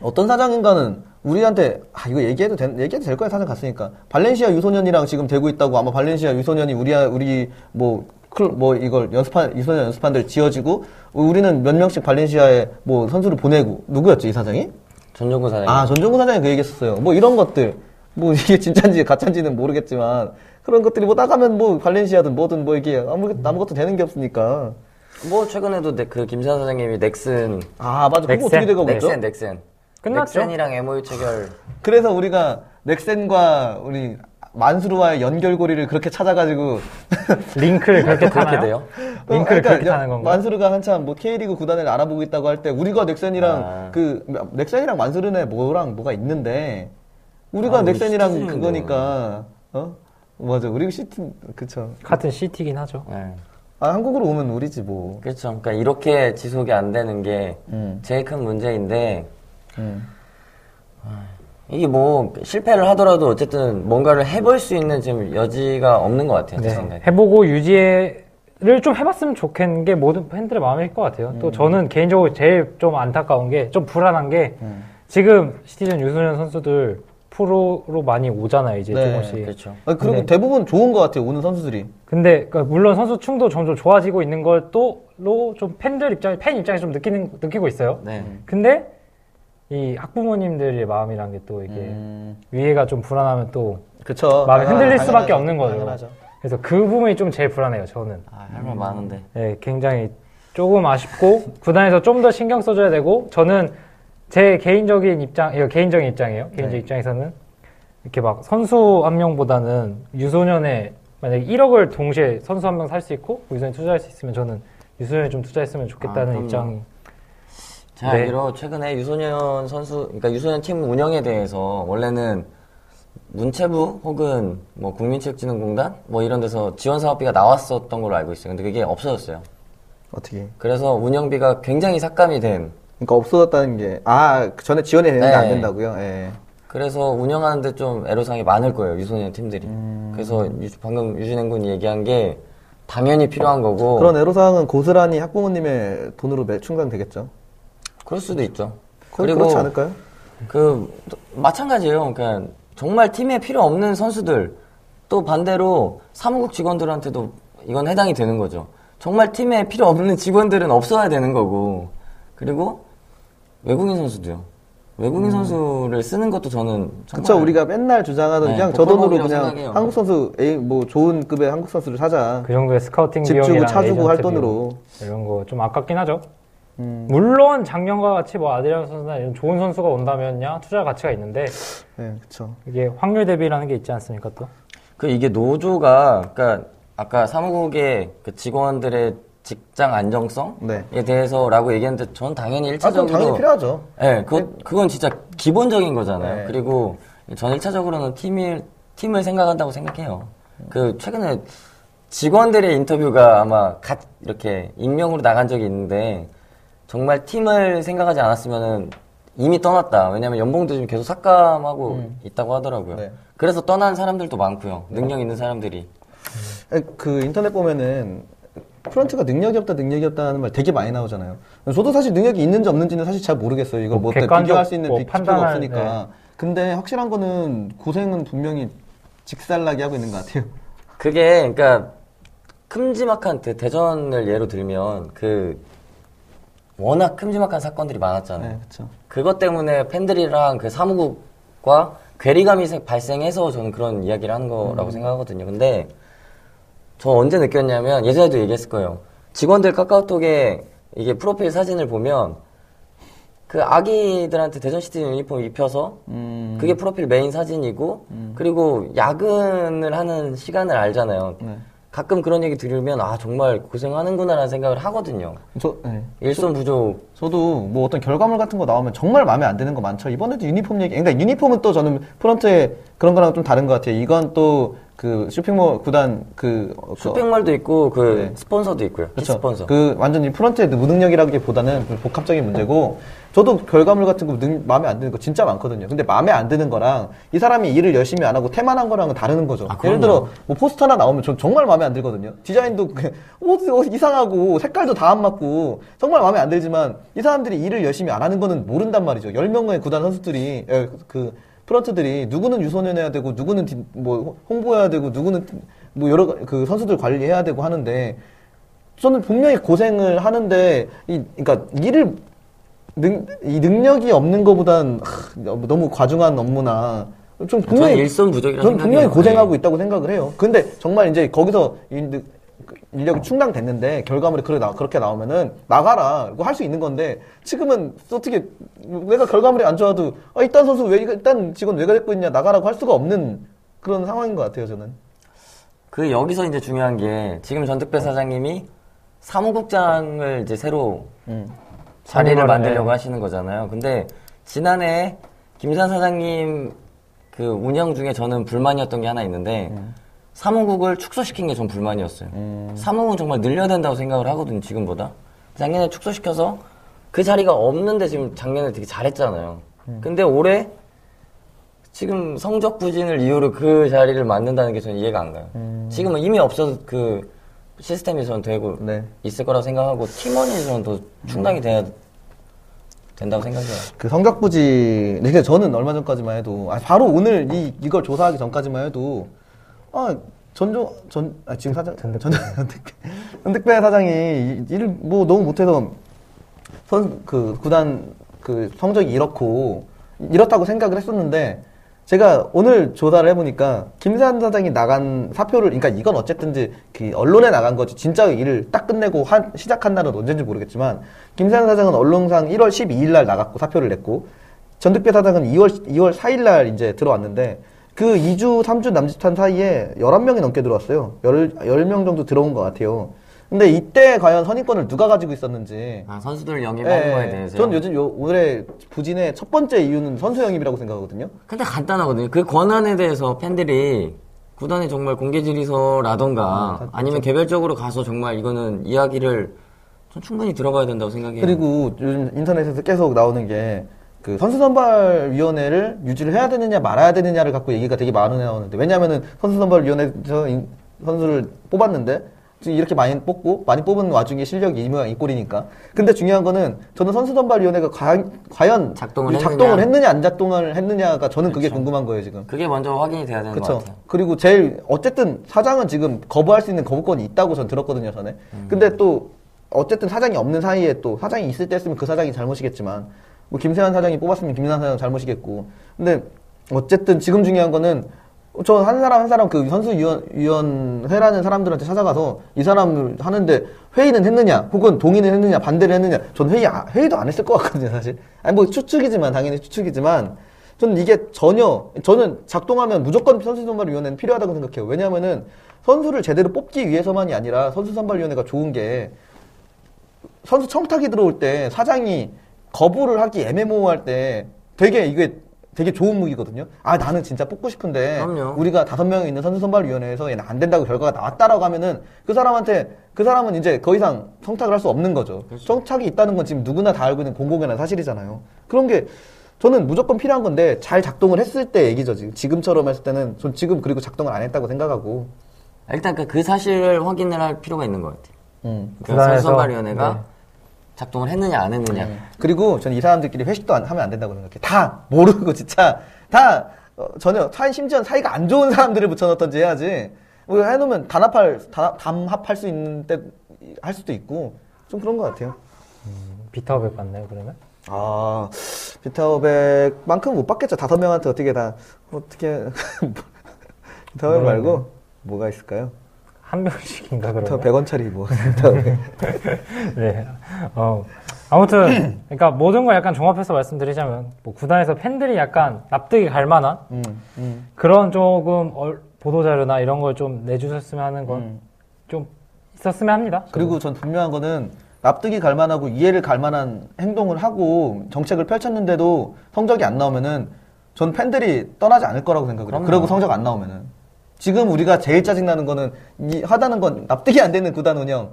어떤 사장인가는 우리한테 아 이거 얘기해도 된, 얘기해도 될 거야 사장 갔으니까 발렌시아 유소년이랑 지금 되고 있다고 아마 발렌시아 유소년이 우리 우리 뭐 클- 뭐 이걸 연습한 유소년 연습한들 지어지고 우리는 몇 명씩 발렌시아에 뭐 선수를 보내고 누구였지 이 사장이? 전종구 사장님. 아 전종구 사장이 그 얘기했었어요. 뭐 이런 것들 뭐 이게 진짜인지 가짜인지는 모르겠지만 그런 것들이 뭐 나가면 뭐 발렌시아든 뭐든 뭐 이게 아무 아무것도 되는 게 없으니까 뭐 최근에도 네, 그 김산 사장님이 넥슨 아 맞아 그거 어떻게 넥센, 되고 있죠? 넥센 넥센 끝났죠? 넥센이랑 MOU 체결 그래서 우리가 넥센과 우리 만수르와의 연결고리를 그렇게 찾아가지고 링크를 그렇게 타나요? 돼요? 링크를 그러니까 그렇게 타는 건가요? 만수르가 한참 뭐 K리그 구단을 알아보고 있다고 할 때 우리가 넥센이랑 아. 그 넥센이랑 만수르네 뭐랑 뭐가 있는데 우리가 아, 우리 넥센이랑 시티즌인데. 그거니까 어 맞아 우리 시티 그쵸 같은 시티긴 하죠. 네. 아 한국으로 오면 우리지 뭐 그렇죠. 그러니까 이렇게 지속이 안 되는 게 음, 제일 큰 문제인데 음. 이게 뭐 실패를 하더라도 어쨌든 뭔가를 해볼 수 있는 지금 여지가 없는 것 같아요. 제 그렇죠. 네. 생각에. 해보고 유지를 좀 해봤으면 좋겠는 게 모든 팬들의 마음일 것 같아요. 또 저는 개인적으로 제일 좀 안타까운 게, 좀 불안한 게, 음. 지금 시티즌 유소년 선수들 프로로 많이 오잖아요, 이제 네, 조금씩. 그렇죠. 아, 그리고 근데- 대부분 좋은 것 같아요 오는 선수들이 근데 그러니까 물론 선수층도 점점 좋아지고 있는 걸또로 좀 팬들 입장, 팬 입장에 좀 느끼는 느끼고 있어요. 네. 근데 이 학부모님들의 마음이란 게 또 이게 음. 위에가 좀 불안하면 또 그쵸 마음이 당연하- 흔들릴 수밖에 당연하죠. 없는 거죠. 당연하죠. 그래서 그 부분이 좀 제일 불안해요, 저는. 아, 할 말 많은데. 예, 굉장히 조금 아쉽고 구단에서 좀 더 신경 써줘야 되고 저는 제 개인적인 입장, 이거 개인적인 입장이에요. 개인적 네. 인 입장에서는 이렇게 막 선수 한 명보다는 유소년에 만약에 1억을 동시에 선수 한 명 살 수 있고 유소년 투자할 수 있으면 저는 유소년에 좀 투자했으면 아, 좋겠다는 그럼요. 입장이 제가 네. 알기로 최근에 유소년 선수, 그러니까 유소년 팀 운영에 대해서 원래는 문체부 혹은 뭐 국민체육진흥공단 뭐 이런 데서 지원 사업비가 나왔었던 걸로 알고 있어요. 근데 그게 없어졌어요. 어떻게 그래서 운영비가 굉장히 삭감이 된. 그러니까 없어졌다는 게, 아, 그 전에 지원이 되는데 네. 안 된다고요? 예. 그래서 운영하는데 좀 애로사항이 많을 거예요 유소년 팀들이. 그래서 유- 방금 유진행 군이 얘기한 게 당연히 필요한 거고. 그런 애로사항은 고스란히 학부모님의 돈으로 매, 충당되겠죠. 그럴 수도 있죠. 거의 그렇지 않을까요? 그 또- 마찬가지예요. 그러니까 정말 팀에 필요 없는 선수들 또 반대로 사무국 직원들한테도 이건 해당이 되는 거죠. 정말 팀에 필요 없는 직원들은 없어야 되는 거고 그리고 외국인 선수도요. 외국인 선수를 쓰는 것도 저는 정말 음. 그쵸, 우리가 맨날 주장하던 네, 그냥 저 돈으로 복불복이라고 그냥 생각해요. 한국 선수, 에이, 뭐 좋은 급의 한국 선수를 사자. 그 정도의 스카우팅 집 주고 비용이랑 차 주고 에이전트 할 돈으로. 비용 이런 거 좀 아깝긴 하죠. 음. 물론 작년과 같이 뭐 아드리안 선수나 이런 좋은 선수가 온다면야 투자 가치가 있는데 네, 그쵸. 이게 확률 대비라는 게 있지 않습니까 또? 그 이게 노조가 그러니까 아까 사무국의 그 직원들의 직장 안정성에 네. 대해서라고 얘기했는데 전 당연히 아, 그럼 일차적으로 당연히 필요하죠. 예, 그, 그건 진짜 기본적인 거잖아요. 네. 그리고 전 1차적으로는 팀을, 팀을 생각한다고 생각해요. 그, 최근에 직원들의 인터뷰가 아마 갓 이렇게 익명으로 나간 적이 있는데, 정말 팀을 생각하지 않았으면은 이미 떠났다. 왜냐면 연봉도 지금 계속 삭감하고 있다고 하더라고요. 음. 네. 그래서 떠난 사람들도 많고요. 능력 있는 사람들이. 에, 그 인터넷 보면은 프런트가 능력이 없다, 능력이 없다는 말 되게 많이 나오잖아요. 저도 사실 능력이 있는지 없는지는 사실 잘 모르겠어요. 이걸 뭐 뭐 어때, 객관적 비교할 수 있는 뭐 비- 비교가 판단할, 네. 없으니까. 근데 확실한 거는 고생은 분명히 직살나게 하고 있는 것 같아요. 그게 그러니까 큼지막한 대- 대전을 예로 들면 그 워낙 큼지막한 사건들이 많았잖아요. 네, 그렇죠. 그것 때문에 팬들이랑 그 사무국과 괴리감이 생- 발생해서 저는 그런 이야기를 한 거라고 생각하거든요. 근데 저 언제 느꼈냐면 예전에도 얘기했을 거예요. 직원들 카카오톡에 이게 프로필 사진을 보면 그 아기들한테 대전시티 유니폼 입혀서 음, 그게 음. 프로필 메인 사진이고 그리고 야근을 하는 시간을 알잖아요. 네. 가끔 그런 얘기 들으면 아 정말 고생하는구나라는 생각을 하거든요. 저, 네. 일손 어. 부족 저도 뭐 어떤 결과물 같은 거 나오면 정말 마음에 안 드는 거 많죠. 이번에도 유니폼 얘기. 그러니까 유니폼은 또 저는 프런트에 그런 거랑 좀 다른 것 같아요. 이건 또 그 쇼핑몰 구단 그 어, 그- 쇼핑몰도 있고 그 네. 스폰서도 있고요. 키 그렇죠. 스폰서. 그 완전히 프런트의 무능력이라기보다는 좀 복합적인 문제고 저도 결과물 같은 거 능- 마음에 안 드는 거 진짜 많거든요. 근데 마음에 안 드는 거랑 이 사람이 일을 열심히 안 하고 태만한 거랑은 다른 거죠. 아, 예를 그럼요. 들어 뭐 포스터 하나 나오면 전 정말 마음에 안 들거든요. 디자인도 그- 옷, 옷 이상하고 색깔도 다 안 맞고 정말 마음에 안 들지만 이 사람들이 일을 열심히 안 하는 거는 모른단 말이죠. 10명의 구단 선수들이 에, 그 프런트들이 누구는 유소년해야 되고 누구는 디- 뭐 홍보해야 되고 누구는 뭐 여러 가- 그 선수들 관리해야 되고 하는데 저는 분명히 고생을 하는데 이 그러니까 일을 능, 이 능력이 없는 것보단 하, 너무 과중한 업무나 좀 저는 분명히 일손 부족이라는 저는 생각이 네. 분명히 고생하고 있다고 생각을 해요. 근데 정말 이제 거기서 인- 그 인력이 충당됐는데 결과물이 그래 나- 그렇게 나오면은 나가라 고 할 수 있는 건데 지금은 어떻게 내가 결과물이 안 좋아도 아, 일단 선수 왜 이거- 일단 직원 왜 그랬고 있냐 나가라고 할 수가 없는 그런 상황인 것 같아요 저는. 그 여기서 이제 중요한 게 지금 어. 전특배 사장님이 사무국장을 이제 새로 자리를 사무관을, 만들려고 네. 하시는 거잖아요. 근데 지난해 김산 사장님 그 운영 중에 저는 불만이었던 게 하나 있는데 네. 사무국을 축소시킨 게 전 불만이었어요. 사무국은 정말 늘려야 된다고 생각을 하거든요. 지금보다 작년에 축소시켜서 그 자리가 없는데 지금 작년에 되게 잘했잖아요. 음. 근데 올해 지금 성적 부진을 이유로 그 자리를 만든다는 게 저는 이해가 안 가요. 음. 지금은 이미 없어서 그 시스템이 저는 되고 네. 있을 거라고 생각하고 팀원이 저는 더 충당이 돼야 된다고 생각해요. 그 성적부지 그러니까 저는 얼마 전까지만 해도 아, 바로 오늘 이 이걸 조사하기 전까지만 해도 아 전조 전 아, 지금 사장 전 전득배 사장이 이- 일을 뭐 너무 못해서 선 그 구단 그 성적이 이렇고 이렇다고 생각을 했었는데 제가 오늘 조사를 해보니까 김세한 사장이 나간 사표를 그러니까 이건 어쨌든지 그 언론에 나간 거지 진짜 일을 딱 끝내고 한- 시작한 날은 언제인지 모르겠지만 김세한 사장은 언론상 1월 12일 날 나갔고 사표를 냈고 전득배 사장은 2월 2월 4일 날 이제 들어왔는데 그 2주 3주 남짓한 사이에 11명이 넘게 들어왔어요. 10, 10명 정도 들어온 것 같아요. 근데 이때 과연 선임권을 누가 가지고 있었는지 아, 선수들 영입하는 거에 예, 대해서. 전 요즘 요 오늘의 부진의 첫 번째 이유는 선수 영입이라고 생각하거든요. 근데 간단하거든요. 그 권한에 대해서 팬들이 구단에 정말 공개 질의서라던가 아, 니면 개별적으로 가서 정말 이거는 이야기를 전 충분히 들어봐야 된다고 생각해요. 그리고 요즘 인터넷에서 계속 나오는 게 그 선수 선발 위원회를 유지를 해야 되느냐 말아야 되느냐를 갖고 얘기가 되게 많이 나오는데 왜냐하면은 선수 선발 위원회에서 인- 선수를 뽑았는데 지금 이렇게 많이 뽑고 많이 뽑은 와중에 실력이 이 모양 이 꼴이니까. 근데 중요한 거는 저는 선수 선발 위원회가 과연, 과연 작동을 작동을 했느냐. 했느냐 안 작동을 했느냐가 저는 그게 궁금한 거예요 지금. 그게 먼저 확인이 돼야 되는 것 그렇죠. 같아요. 그리고 제일 어쨌든 사장은 지금 거부할 수 있는 거부권이 있다고 전 들었거든요, 전에. 음. 근데 또 어쨌든 사장이 없는 사이에 또 사장이 있을 때 했으면 그 사장이 잘못이겠지만 뭐 김세환 사장이 뽑았으면 김세환 사장 잘못이겠고. 근데 어쨌든 지금 중요한 거는 저 한 사람 한 사람 그 선수 위원 위원회라는 사람들한테 찾아가서 이 사람을 하는데 회의는 했느냐, 혹은 동의는 했느냐, 반대를 했느냐. 전 회의 아- 회의도 안 했을 것 같거든요, 사실. 아니 뭐 추측이지만 당연히 추측이지만 저는 이게 전혀 저는 작동하면 무조건 선수 선발 위원회는 필요하다고 생각해요. 왜냐하면은 선수를 제대로 뽑기 위해서만이 아니라 선수 선발 위원회가 좋은 게 선수 청탁이 들어올 때 사장이 거부를 하기 애매모호할 때 되게 이게 되게 좋은 무기거든요. 아 나는 진짜 뽑고 싶은데 그럼요. 우리가 다섯 명이 있는 선수 선발 위원회에서 얘는 안 된다고 결과가 나왔다라고 하면은 그 사람한테 그 사람은 이제 더 이상 청탁을 할 수 없는 거죠. 그렇죠. 청탁이 있다는 건 지금 누구나 다 알고 있는 공공연한 사실이잖아요. 그런 게 저는 무조건 필요한 건데 잘 작동을 했을 때 얘기죠. 지금. 지금처럼 했을 때는 전 지금 그리고 작동을 안 했다고 생각하고. 일단 그, 그 사실을 확인을 할 필요가 있는 것 같아요. 음. 그 구단에서- 선수선발위원회가 네. 작동을 했느냐 안 했느냐. 그리고 저는 이 사람들끼리 회식도 안- 하면 안 된다고 생각해. 다 모르고 진짜 다 어, 전혀 사 심지어 사이가 안 좋은 사람들을 붙여넣던지 해야지. 뭐 해놓으면 단합할 다- 담합할 수 있는 때 할 수도 있고 좀 그런 것 같아요. 비타오백 맞나요 그러면? 아 비타오백만큼 못 받겠죠. 다섯 명한테 어떻게 다 어떻게 비타오백 말고 뭐가 있을까요? 한 명씩인가 저 그러면? 100원짜리 뭐 비타오백. 네. 어, 아무튼 그러니까 모든 걸 약간 종합해서 말씀드리자면 뭐 구단에서 팬들이 약간 납득이 갈 만한 음, 음. 그런 조금 얼- 보도자료나 이런 걸 좀 내주셨으면 하는 건 좀 있었으면 합니다. 음. 그리고 전 분명한 거는 납득이 갈 만하고 이해를 갈 만한 행동을 하고 정책을 펼쳤는데도 성적이 안 나오면은 전 팬들이 떠나지 않을 거라고 생각을 해요. 그럼요. 그러고 성적 안 나오면은. 지금 우리가 제일 짜증나는 거는 이 하다는 건 납득이 안 되는 구단 운영.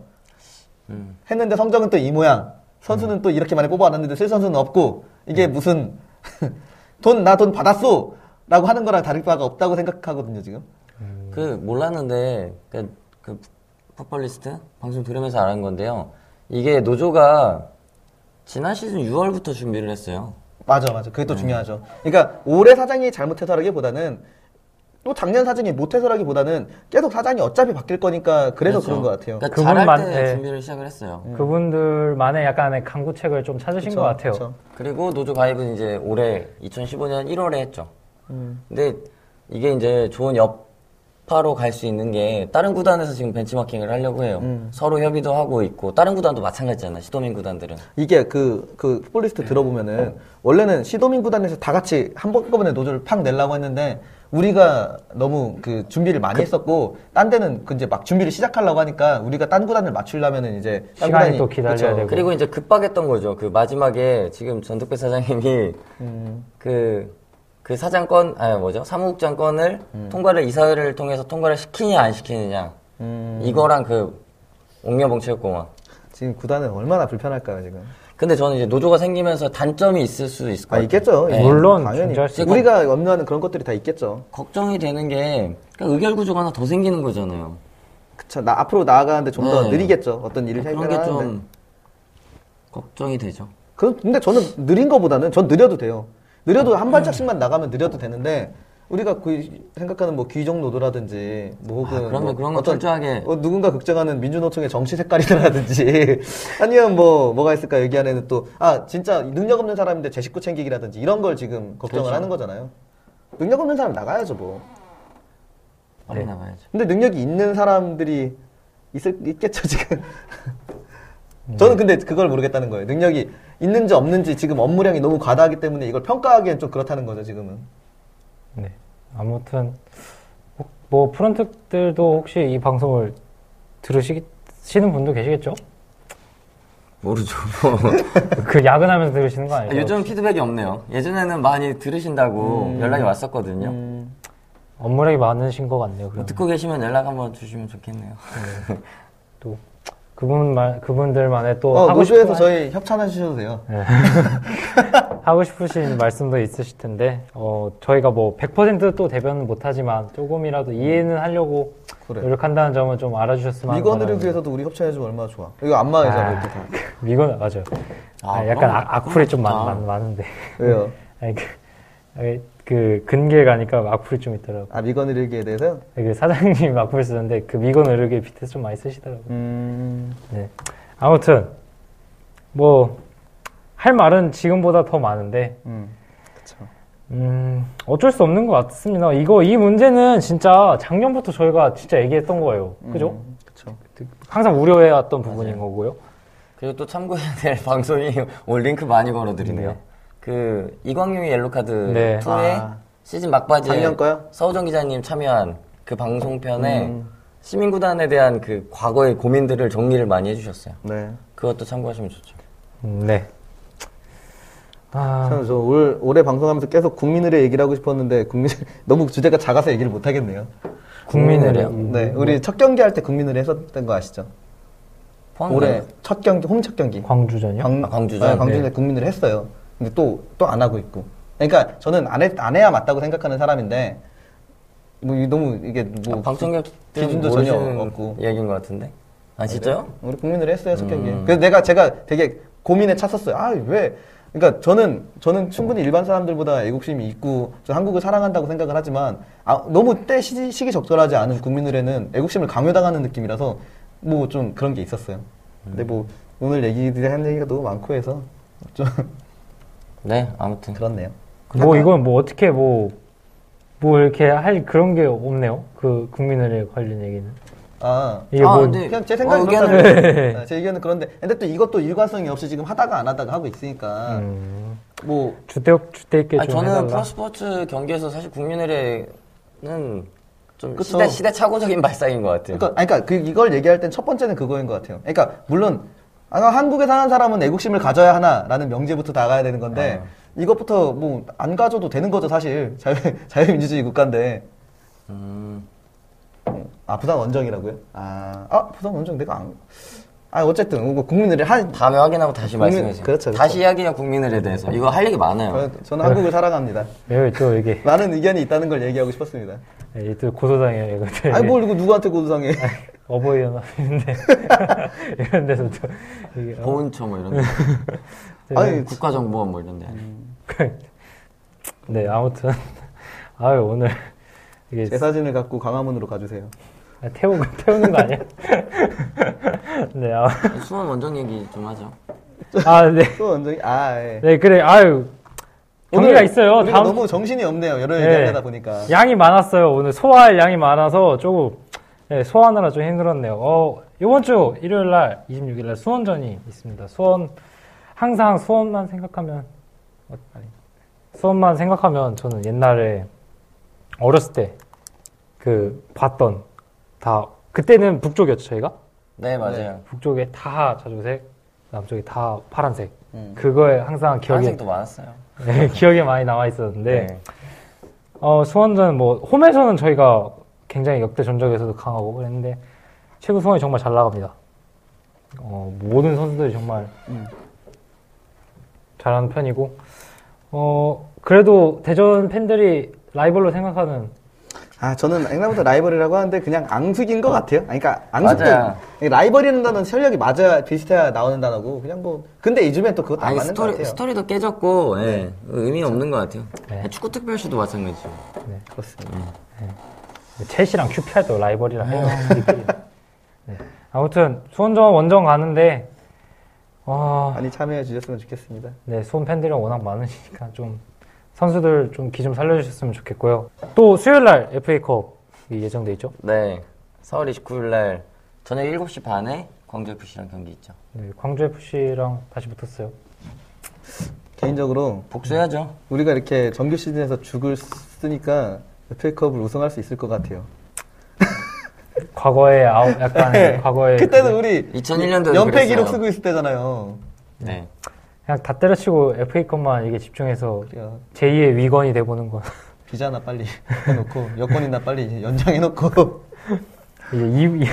음. 했는데 성적은 또 이 모양. 선수는 또 이렇게 많이 뽑아놨는데 쓸 선수는 없고 이게 음. 무슨 돈 나 돈 받았소 라고 하는 거랑 다를 바가 없다고 생각하거든요 지금. 그 몰랐는데 그, 그 풋볼리스트 방송 들으면서 알은 건데요. 이게 노조가 지난 시즌 6월부터 준비를 했어요. 맞아, 맞아. 음. 그게 또 중요하죠. 그러니까 올해 사장이 잘못해서라기보다는 또 작년 사장이 못해서라기보다는 계속 사장이 어차피 바뀔 거니까 그래서 그런 것 같아요. 그러니까 그렇죠. 그분만- 잘할 때 네. 준비를 시작을 했어요. 그분들만의 약간의 강구책을 좀 찾으신 음. 그쵸, 것 같아요. 그쵸. 그리고 노조 가입은 이제 올해 2015년 1월에 했죠. 근데 이게 이제 좋은 여파로 갈 수 있는 게 다른 구단에서 지금 벤치마킹을 하려고 해요. 서로 협의도 하고 있고 다른 구단도 마찬가지잖아요. 시도민 구단들은. 이게 그, 그 음. 풋볼리스트 들어보면은 원래는 시도민 구단에서 다 같이 한꺼번에 노조를 팍 내려고 했는데 우리가 너무 그 준비를 많이 했었고 딴 데는 그 이제 막 준비를 시작하려고 하니까 우리가 딴 구단을 맞추려면은 이제 딴 시간이 구단이- 또 기다려야 그쵸. 되고. 그리고 이제 급박했던 거죠. 그 마지막에 지금 전득배 사장님이 음, 그, 그 사장 건, 아니 뭐죠? 사무국장 건을 통과를 이사회를 통해서 통과를 시키냐 안 시키느냐. 이거랑 그 옥녀봉 체육공원. 음. 지금 구단은 얼마나 불편할까요 지금? 근데 저는 이제 노조가 생기면서 단점이 있을 수 있을 것 아 같아요. 있겠죠. 네. 물론 당연히 존재할 수 있고. 우리가 염려하는 그런 것들이 다 있겠죠. 걱정이 되는 게 그러니까 의결 구조가 하나 더 생기는 거잖아요. 그쵸. 나 앞으로 나아가는데 좀 더 네. 느리겠죠. 어떤 일을 그런 해결하는데. 게 좀 걱정이 되죠. 그 근데 저는 느린 거보다는 전 느려도 돼요. 느려도 한 음. 발짝씩만 나가면 느려도 되는데 우리가 그 생각하는 뭐 귀족 노조라든지 뭐 혹은 아, 그러면 뭐 그런 건 철저하게. 어, 누군가 걱정하는 민주노총의 정치 색깔이라든지 아니면 뭐 뭐가 있을까 얘기 안에는 또 아 진짜 능력 없는 사람인데 제 식구 챙기기라든지 이런 걸 지금 걱정을 그렇죠. 하는 거잖아요. 능력 없는 사람 나가야죠 뭐. 네. 빨리 나가야죠. 근데 능력이 있는 사람들이 있을, 있겠죠, 지금. 저는 근데 그걸 모르겠다는 거예요. 능력이 있는지 없는지 지금 업무량이 너무 과다하기 때문에 이걸 평가하기엔 좀 그렇다는 거죠, 지금은. 네. 아무튼 혹- 뭐 프런트들도 혹시 이 방송을 들으시는 분도 계시겠죠? 모르죠. 그 야근하면서 들으시는 거 아니에요? 요즘 피드백이 없네요. 예전에는 많이 들으신다고 음. 연락이 왔었거든요. 뭐 업무량이 많으신 것 같네요. 그러면. 듣고 계시면 연락 한번 주시면 좋겠네요. 또 그분 말 그분들만의 또 어, 하고 싶은 노조에서 저희 협찬해주셔도 돼요. 네. 하고 싶으신 말씀도 있으실 텐데 어, 저희가 뭐 100%또 대변은 못하지만 조금이라도 이해는 하려고 그래. 노력한다는 점은 좀 알아주셨으면 하는 미건을 바람입니다. 위해서도 우리 협찬해주면 얼마나 좋아. 이거 안마의자로 아. 이렇게 다. 미건 맞아요. 아, 아, 약간 그럼- 아, 악플이 좀 많, 좋다. 많, 많은데 왜요? 아니, 그, 아니, 그 근길 가니까 악플이 좀 있더라고. 요 아, 미건을 일기에 대해서요? 그 사장님이 악플 쓰는데 그 미건 의료계 밑에서 좀 많이 쓰시더라고. 요 음. 네. 아무튼 뭐 할 말은 지금보다 더 많은데 음. 그쵸. 음, 어쩔 수 없는 것 같습니다. 이거, 이 문제는 진짜 작년부터 저희가 진짜 얘기했던 거예요. 그죠? 음, 그쵸. 항상 우려해왔던 부분인 거고요. 그리고 또 참고해야 될 방송이 올 링크 많이 걸어드리네요. 그 이광용의 옐로카드 네. 2의 아. 시즌 막바지에 작년 거요? 음. 서우정 기자님 참여한 그 방송편에 시민구단에 대한 그 과거의 고민들을 정리를 많이 해주셨어요. 네. 그것도 참고하시면 좋죠. 음, 네. 아, 참, 저 올, 올해 방송하면서 계속 국민의례 얘기를 하고 싶었는데, 국민, 너무 주제가 작아서 얘기를 못하겠네요. 국민의례. 국민의례요? 네, 우리 첫 경기 할 때 국민의례 했었던 거 아시죠? 포항 올해 첫 경기, 홈 첫 경기. 광주전이요? 광, 네, 아, 광주죠? 광주에 국민의례 했어요. 근데 또, 또 안 하고 있고. 그러니까 저는 안, 해, 안 해야 맞다고 생각하는 사람인데, 뭐, 이- 너무 이게 뭐. 아, 방청객들 기준도 전혀 없고. 얘기인 것 같은데. 아 진짜요? 우리 국민을 했어요 첫 경기. 음. 그래서 내가 제가 되게 고민에 찼었어요. 아 왜? 그러니까 저는 저는 충분히 일반 사람들보다 애국심이 있고 저 한국을 사랑한다고 생각을 하지만 아, 너무 때 시, 시기 적절하지 않은 국민을에는 애국심을 강요당하는 느낌이라서 뭐 좀 그런 게 있었어요. 근데 뭐 오늘 얘기들이 한 얘기가 너무 많고 해서 좀 네 아무튼 그렇네요. 그러니까 뭐, 이건 뭐, 어떻게 뭐, 뭐, 이렇게 할 그런 게 없네요. 그 국민의례 관련 얘기는. 아 이게 아, 뭐, 근데- 그냥 제 생각은 어, 의견을- 그렇다고요. 아, 제 의견은 그런데 근데 또 이것도 일관성이 없이 지금 하다가 안 하다가 하고 있으니까 음, 뭐 주대, 주대 있게 아니, 좀 저는 해달라. 프로스포츠 경기에서 사실 국민의례는 좀 그쵸. 시대 시대착오적인 발상인 것 같아요. 그러니까, 아니, 그러니까 그 이걸 얘기할 땐 첫 번째는 그거인 것 같아요. 그러니까 물론 아, 한국에 사는 사람은 애국심을 가져야 하나라는 명제부터 나가야 되는 건데 이것부터 뭐 안 가져도 되는 거죠 사실 자유 자유민주주의 국가인데. 아 부산 원정이라고요? 아, 아 부산 원정 내가 안. 아 어쨌든 뭐 국민들이 한 다음에 확인하고 다시 국민- 말씀해 주세요. 그렇죠, 그렇죠. 다시 이야기해요 국민들에 대해서. 이거 할 얘기 많아요. 저는 한국을 사랑합니다. 매일 또 네, 이게 많은 의견이 있다는 걸 얘기하고 싶었습니다. 이게 또 고소당해요 이것들. 아니 뭘 이거 누구한테 고소상해? 어버이 연합인데 이런 데서 또 이게 어, 보훈처 뭐 이런 데 아니 국가정보원 뭐 이런 데 네 아무튼 아유 오늘 이게 제 사진을 갖고 광화문으로 가주세요. 아, 태우 태우는 거 아니야? 네 아, 수원 원정 얘기 좀 하죠. 아 네. 또 원정이 아 예. 네 그래 아유 경기가 있어요 우리가 다음 너무 정신이 없네요. 여러 네. 얘기하다 보니까. 양이 많았어요 오늘 소화할 양이 많아서 조금 네, 소화하느라 좀 힘들었네요 어 이번 주 일요일 날 26일 날 수원전이 있습니다 수원 항상 수원만 생각하면 어, 아니 수원만 생각하면 저는 옛날에 어렸을 때 그 봤던 다 그때는 북쪽이었죠 저희가 네 맞아요. 북쪽에 다 자주색 남쪽에 다 파란색 음. 그거에 항상 기억이 파란색도 많았어요. 네, 기억에 많이 남아 있었는데 네. 어, 수원전 뭐 홈에서는 저희가 굉장히 역대 전적에서도 강하고 그랬는데 최고 수원이 정말 잘 나갑니다. 어, 모든 선수들이 정말 음. 잘하는 편이고 어, 그래도 대전 팬들이 라이벌로 생각하는 아 저는 앵나보다 라이벌이라고 하는데 그냥 앙숙인 것 같아요. 아니, 그러니까 앙숙도 맞아요. 라이벌이라는 단어는 설력이 맞아야 비슷해야 나오는 단어고 그냥 뭐 근데 요즘엔 또 그것도 안 아니 맞는 것 스토리 같아요. 그렇죠. 스토리도 깨졌고 예. 의미 없는 것 같아요. 네. 축구 특별시도 마찬가지죠. 그렇습니다. 첼시랑 QPR도 라이벌이라 해요. 우리끼리. 네. 아무튼 수원전 원정 가는데 아. 어, 많이 참여해 주셨으면 좋겠습니다. 네, 수원 팬들이 워낙 많으시니까 좀 선수들 좀 기 좀 살려주셨으면 좋겠고요. 또 수요일 날 FA컵이 예정돼 있죠. 네. 4월 29일 날 저녁 7시 반에 광주 FC랑 경기 있죠. 네, 광주 FC랑 다시 붙었어요. 개인적으로 복수해야죠. 우리가 이렇게 정규 시즌에서 죽을 쓰니까 FA컵을 우승할 수 있을 것 같아요. 과거의 아홉 약간 네. 의 과거의 네. 그때는 그- 우리 2001년도에도 연패 기록 그랬어요. 쓰고 있을 때잖아요. 네. 그냥 다 때려치고 FA컵만 이게 집중해서 그래요. 제2의 위건이 돼보는 건 비자나 빨리 해놓고 여권이나 빨리 연장해놓고 이제 이, 이-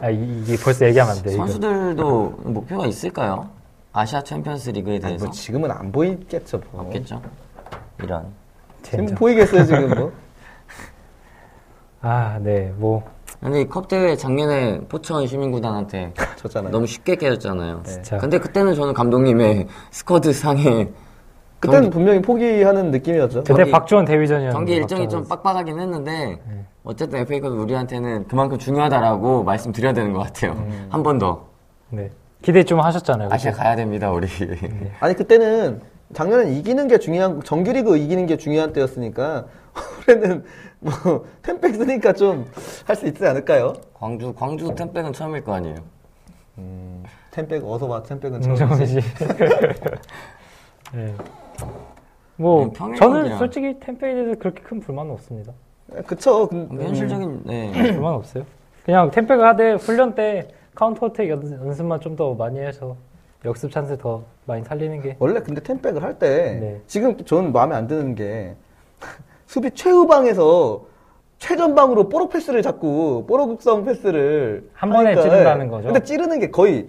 아, 이- 이게 벌써 얘기하면 네, 안 돼. 그러니까 이거. 선수들도 목표가 있을까요? 아시아 챔피언스 리그에 아니, 대해서 뭐 지금은 안 보이겠죠 뭐. 없겠죠. 이런. 지금 젠장. 보이겠어요 지금 뭐 아, 네, 뭐 근데 이 컵 대회 작년에 포천 시민구단한테 졌잖아요. 너무 쉽게 깨졌잖아요. 진짜. 근데 그때는 저는 감독님의 스쿼드 상에 네, 그때는 분명히 포기하는 느낌이었죠. 그때 경기- 박주원 대위전이었는데 경기 일정이 갑자기- 좀 빡빡하긴 했는데 네. 어쨌든 FA컵 우리한테는 그만큼 중요하다라고 말씀드려야 되는 것 같아요. 한 번 더. 네 기대 좀 하셨잖아요. 그죠? 아시아 가야 됩니다, 우리. 네. 아니 그때는 작년엔 이기는 게 중요한 정규리그 이기는 게 중요한 때였으니까 올해는 뭐 템백 쓰니까 좀 할 수 있지 않을까요? 광주, 광주 템백은 처음일 거 아니에요. 음. 템백 어서 와 템백은 정정훈 씨. 네. 뭐 음, 평일 저는 경기랑. 솔직히 템페에 대해서 그렇게 큰 불만은 없습니다. 그쵸. 그, 음. 근데 현실적인, 네. 불만 없어요. 그냥 템페가 하되 훈련 때 카운터 어택 연- 연습만 좀 더 많이 해서 역습 찬스 더 많이 살리는 게 원래 근데 템백을 할 때 네. 지금 저는 마음에 안 드는 게 수비 최후방에서 최전방으로 뽀로 패스를 자꾸 뽀로 국성 패스를 한 번에 하니까, 찌른다는 거죠. 근데 찌르는 게 거의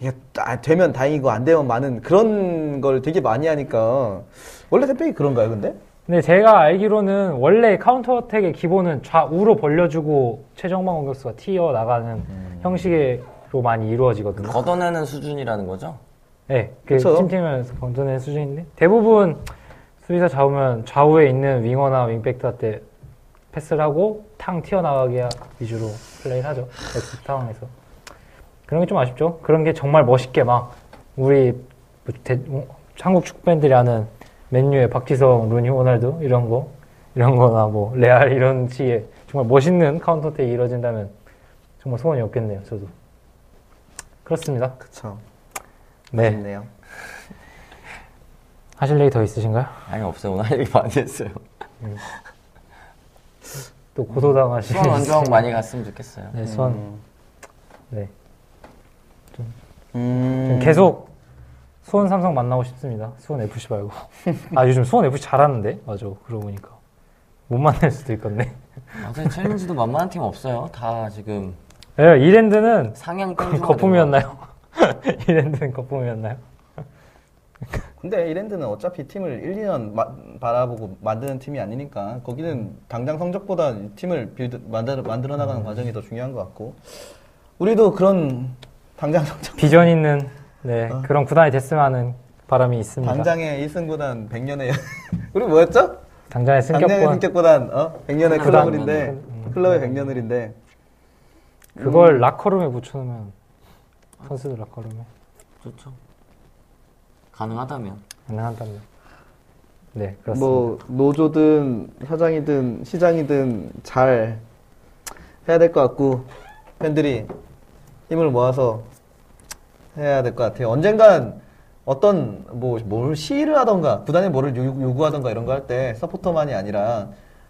이게 아, 되면 다행이고 안 되면 많은 그런 걸 되게 많이 하니까 원래 템백이 그런가요, 근데? 근데 제가 알기로는 원래 카운터 어택의 기본은 좌우로 벌려주고 최정방 공격수가 튀어 나가는 형식으로 많이 이루어지거든요. 걷어내는 수준이라는 거죠? 네, 그 그쵸? 팀팀을 건져낸 수준인데 대부분 수비사 잡으면 좌우에 있는 윙어나 윙백들한테 패스를 하고 탕 튀어나가기 위주로 플레이를 하죠. 역습 상황에서 그런 게 좀 아쉽죠. 그런 게 정말 멋있게 막 우리 뭐 대- 어, 한국 축구 팬들이 아는 맨유의 박지성, 루니, 호날두 이런 거 이런 거나 뭐 레알 이런 식의 정말 멋있는 카운터 때 이루어진다면 정말 소원이 없겠네요. 저도 그렇습니다. 그쵸. 네. 네요 하실 얘기 더 있으신가요? 아니, 없어요. 오늘 할 얘기 많이 했어요. 또 고소당하실 음. 수원 원정 많이 갔으면 좋겠어요. 네, 음. 수원. 네. 음. 계속 수원 삼성 만나고 싶습니다. 수원 FC 말고. 아, 요즘 수원 FC 잘하는데? 맞아. 그러고 보니까. 못 만날 수도 있겠네. 아, 근데 챌린지도 만만한 팀 없어요. 다 지금 예, 이랜드는 상향 거- 땡 거품이었나요? 이랜드는 거품이었나요? 근데 이랜드는 어차피 팀을 1, 2년 바라보고 만드는 팀이 아니니까 거기는 당장 성적보다 이 팀을 빌드, 만들어, 만들어 음. 나가는 과정이 더 중요한 것 같고 우리도 그런 당장 성적 비전 있는 네, 어. 그런 구단이 됐으면 하는 바람이 있습니다. 당장의 1승보단 100년의 우리 뭐였죠? 당장의 당장의 승격권. 승격보단 어? 100년의 그다음. 클럽을인데 클럽의 100년을인데 그걸 락커룸에 붙여놓으면 선수들 락커룸에 좋죠. 가능하다면. 가능한답니다. 네, 그렇습니다. 뭐 노조든 사장이든 시장이든 잘 해야 될 것 같고 팬들이 힘을 모아서 해야 될 것 같아요. 언젠간 어떤 뭐 뭘 시위를 하던가 구단에 뭐를 요- 요구하던가 이런 거 할 때 서포터만이 아니라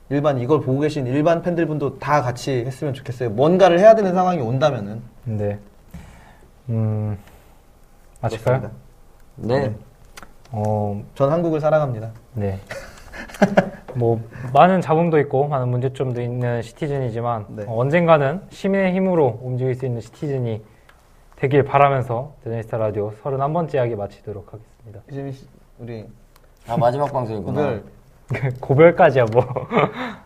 일반 이걸 보고 계신 일반 팬들분도 다 같이 했으면 좋겠어요. 뭔가를 해야 되는 상황이 온다면은 네. 음, 마칠까요? 그렇습니다. 네. 어, 전 한국을 사랑합니다. 네. 뭐 많은 잡음도 있고 많은 문제점도 있는 시티즌이지만 네. 어, 언젠가는 시민의 힘으로 움직일 수 있는 시티즌이 되길 바라면서 데네스타 라디오 31번째 이야기 마치도록 하겠습니다. 이재민 씨, 우리 아 마지막 방송이구나. 네. 오늘 고별까지야 뭐.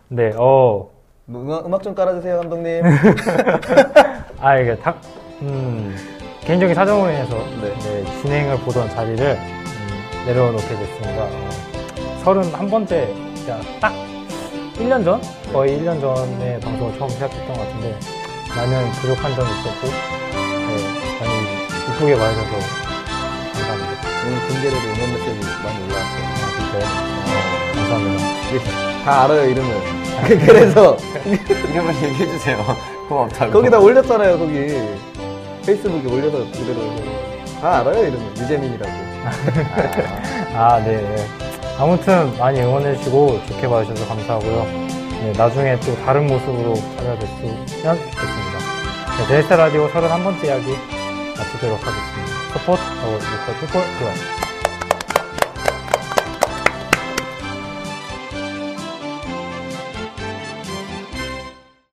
네, 어. 음악, 음악 좀 깔아주세요 감독님. 아 이게 다, 음, 개인적인 사정으로 인해서 네. 네, 진행을 보던 자리를 음, 내려놓게 됐습니다. 어, 서른 한 번째 딱 1년 전 거의 1년 전에 방송을 처음 시작했던 것 같은데 많은 부족한 점이 있었고 네, 많이 이쁘게 봐주셔서 감사합니다. 오늘 군대를 응원 메시지 많이 올라왔어요. 아, 진짜요? 어, 감사합니다. 다 알아요 이름을. 그래서 이름을 얘기해 주세요. 고맙다고. 거기다 올렸잖아요 거기 페이스북에 올려서 그대로 해서. 다 알아요 이름을 유재민이라고. 아 네. 네. 아무튼 많이 응원해주시고 좋게 봐주셔서 감사하고요. 네, 나중에 또 다른 모습으로 찾아뵙으면 좋겠습니다. 네, 데이터 라디오 31번째 이야기 마치도록 하겠습니다. 서포트, 어, 리포트, 리포트, 좋아요.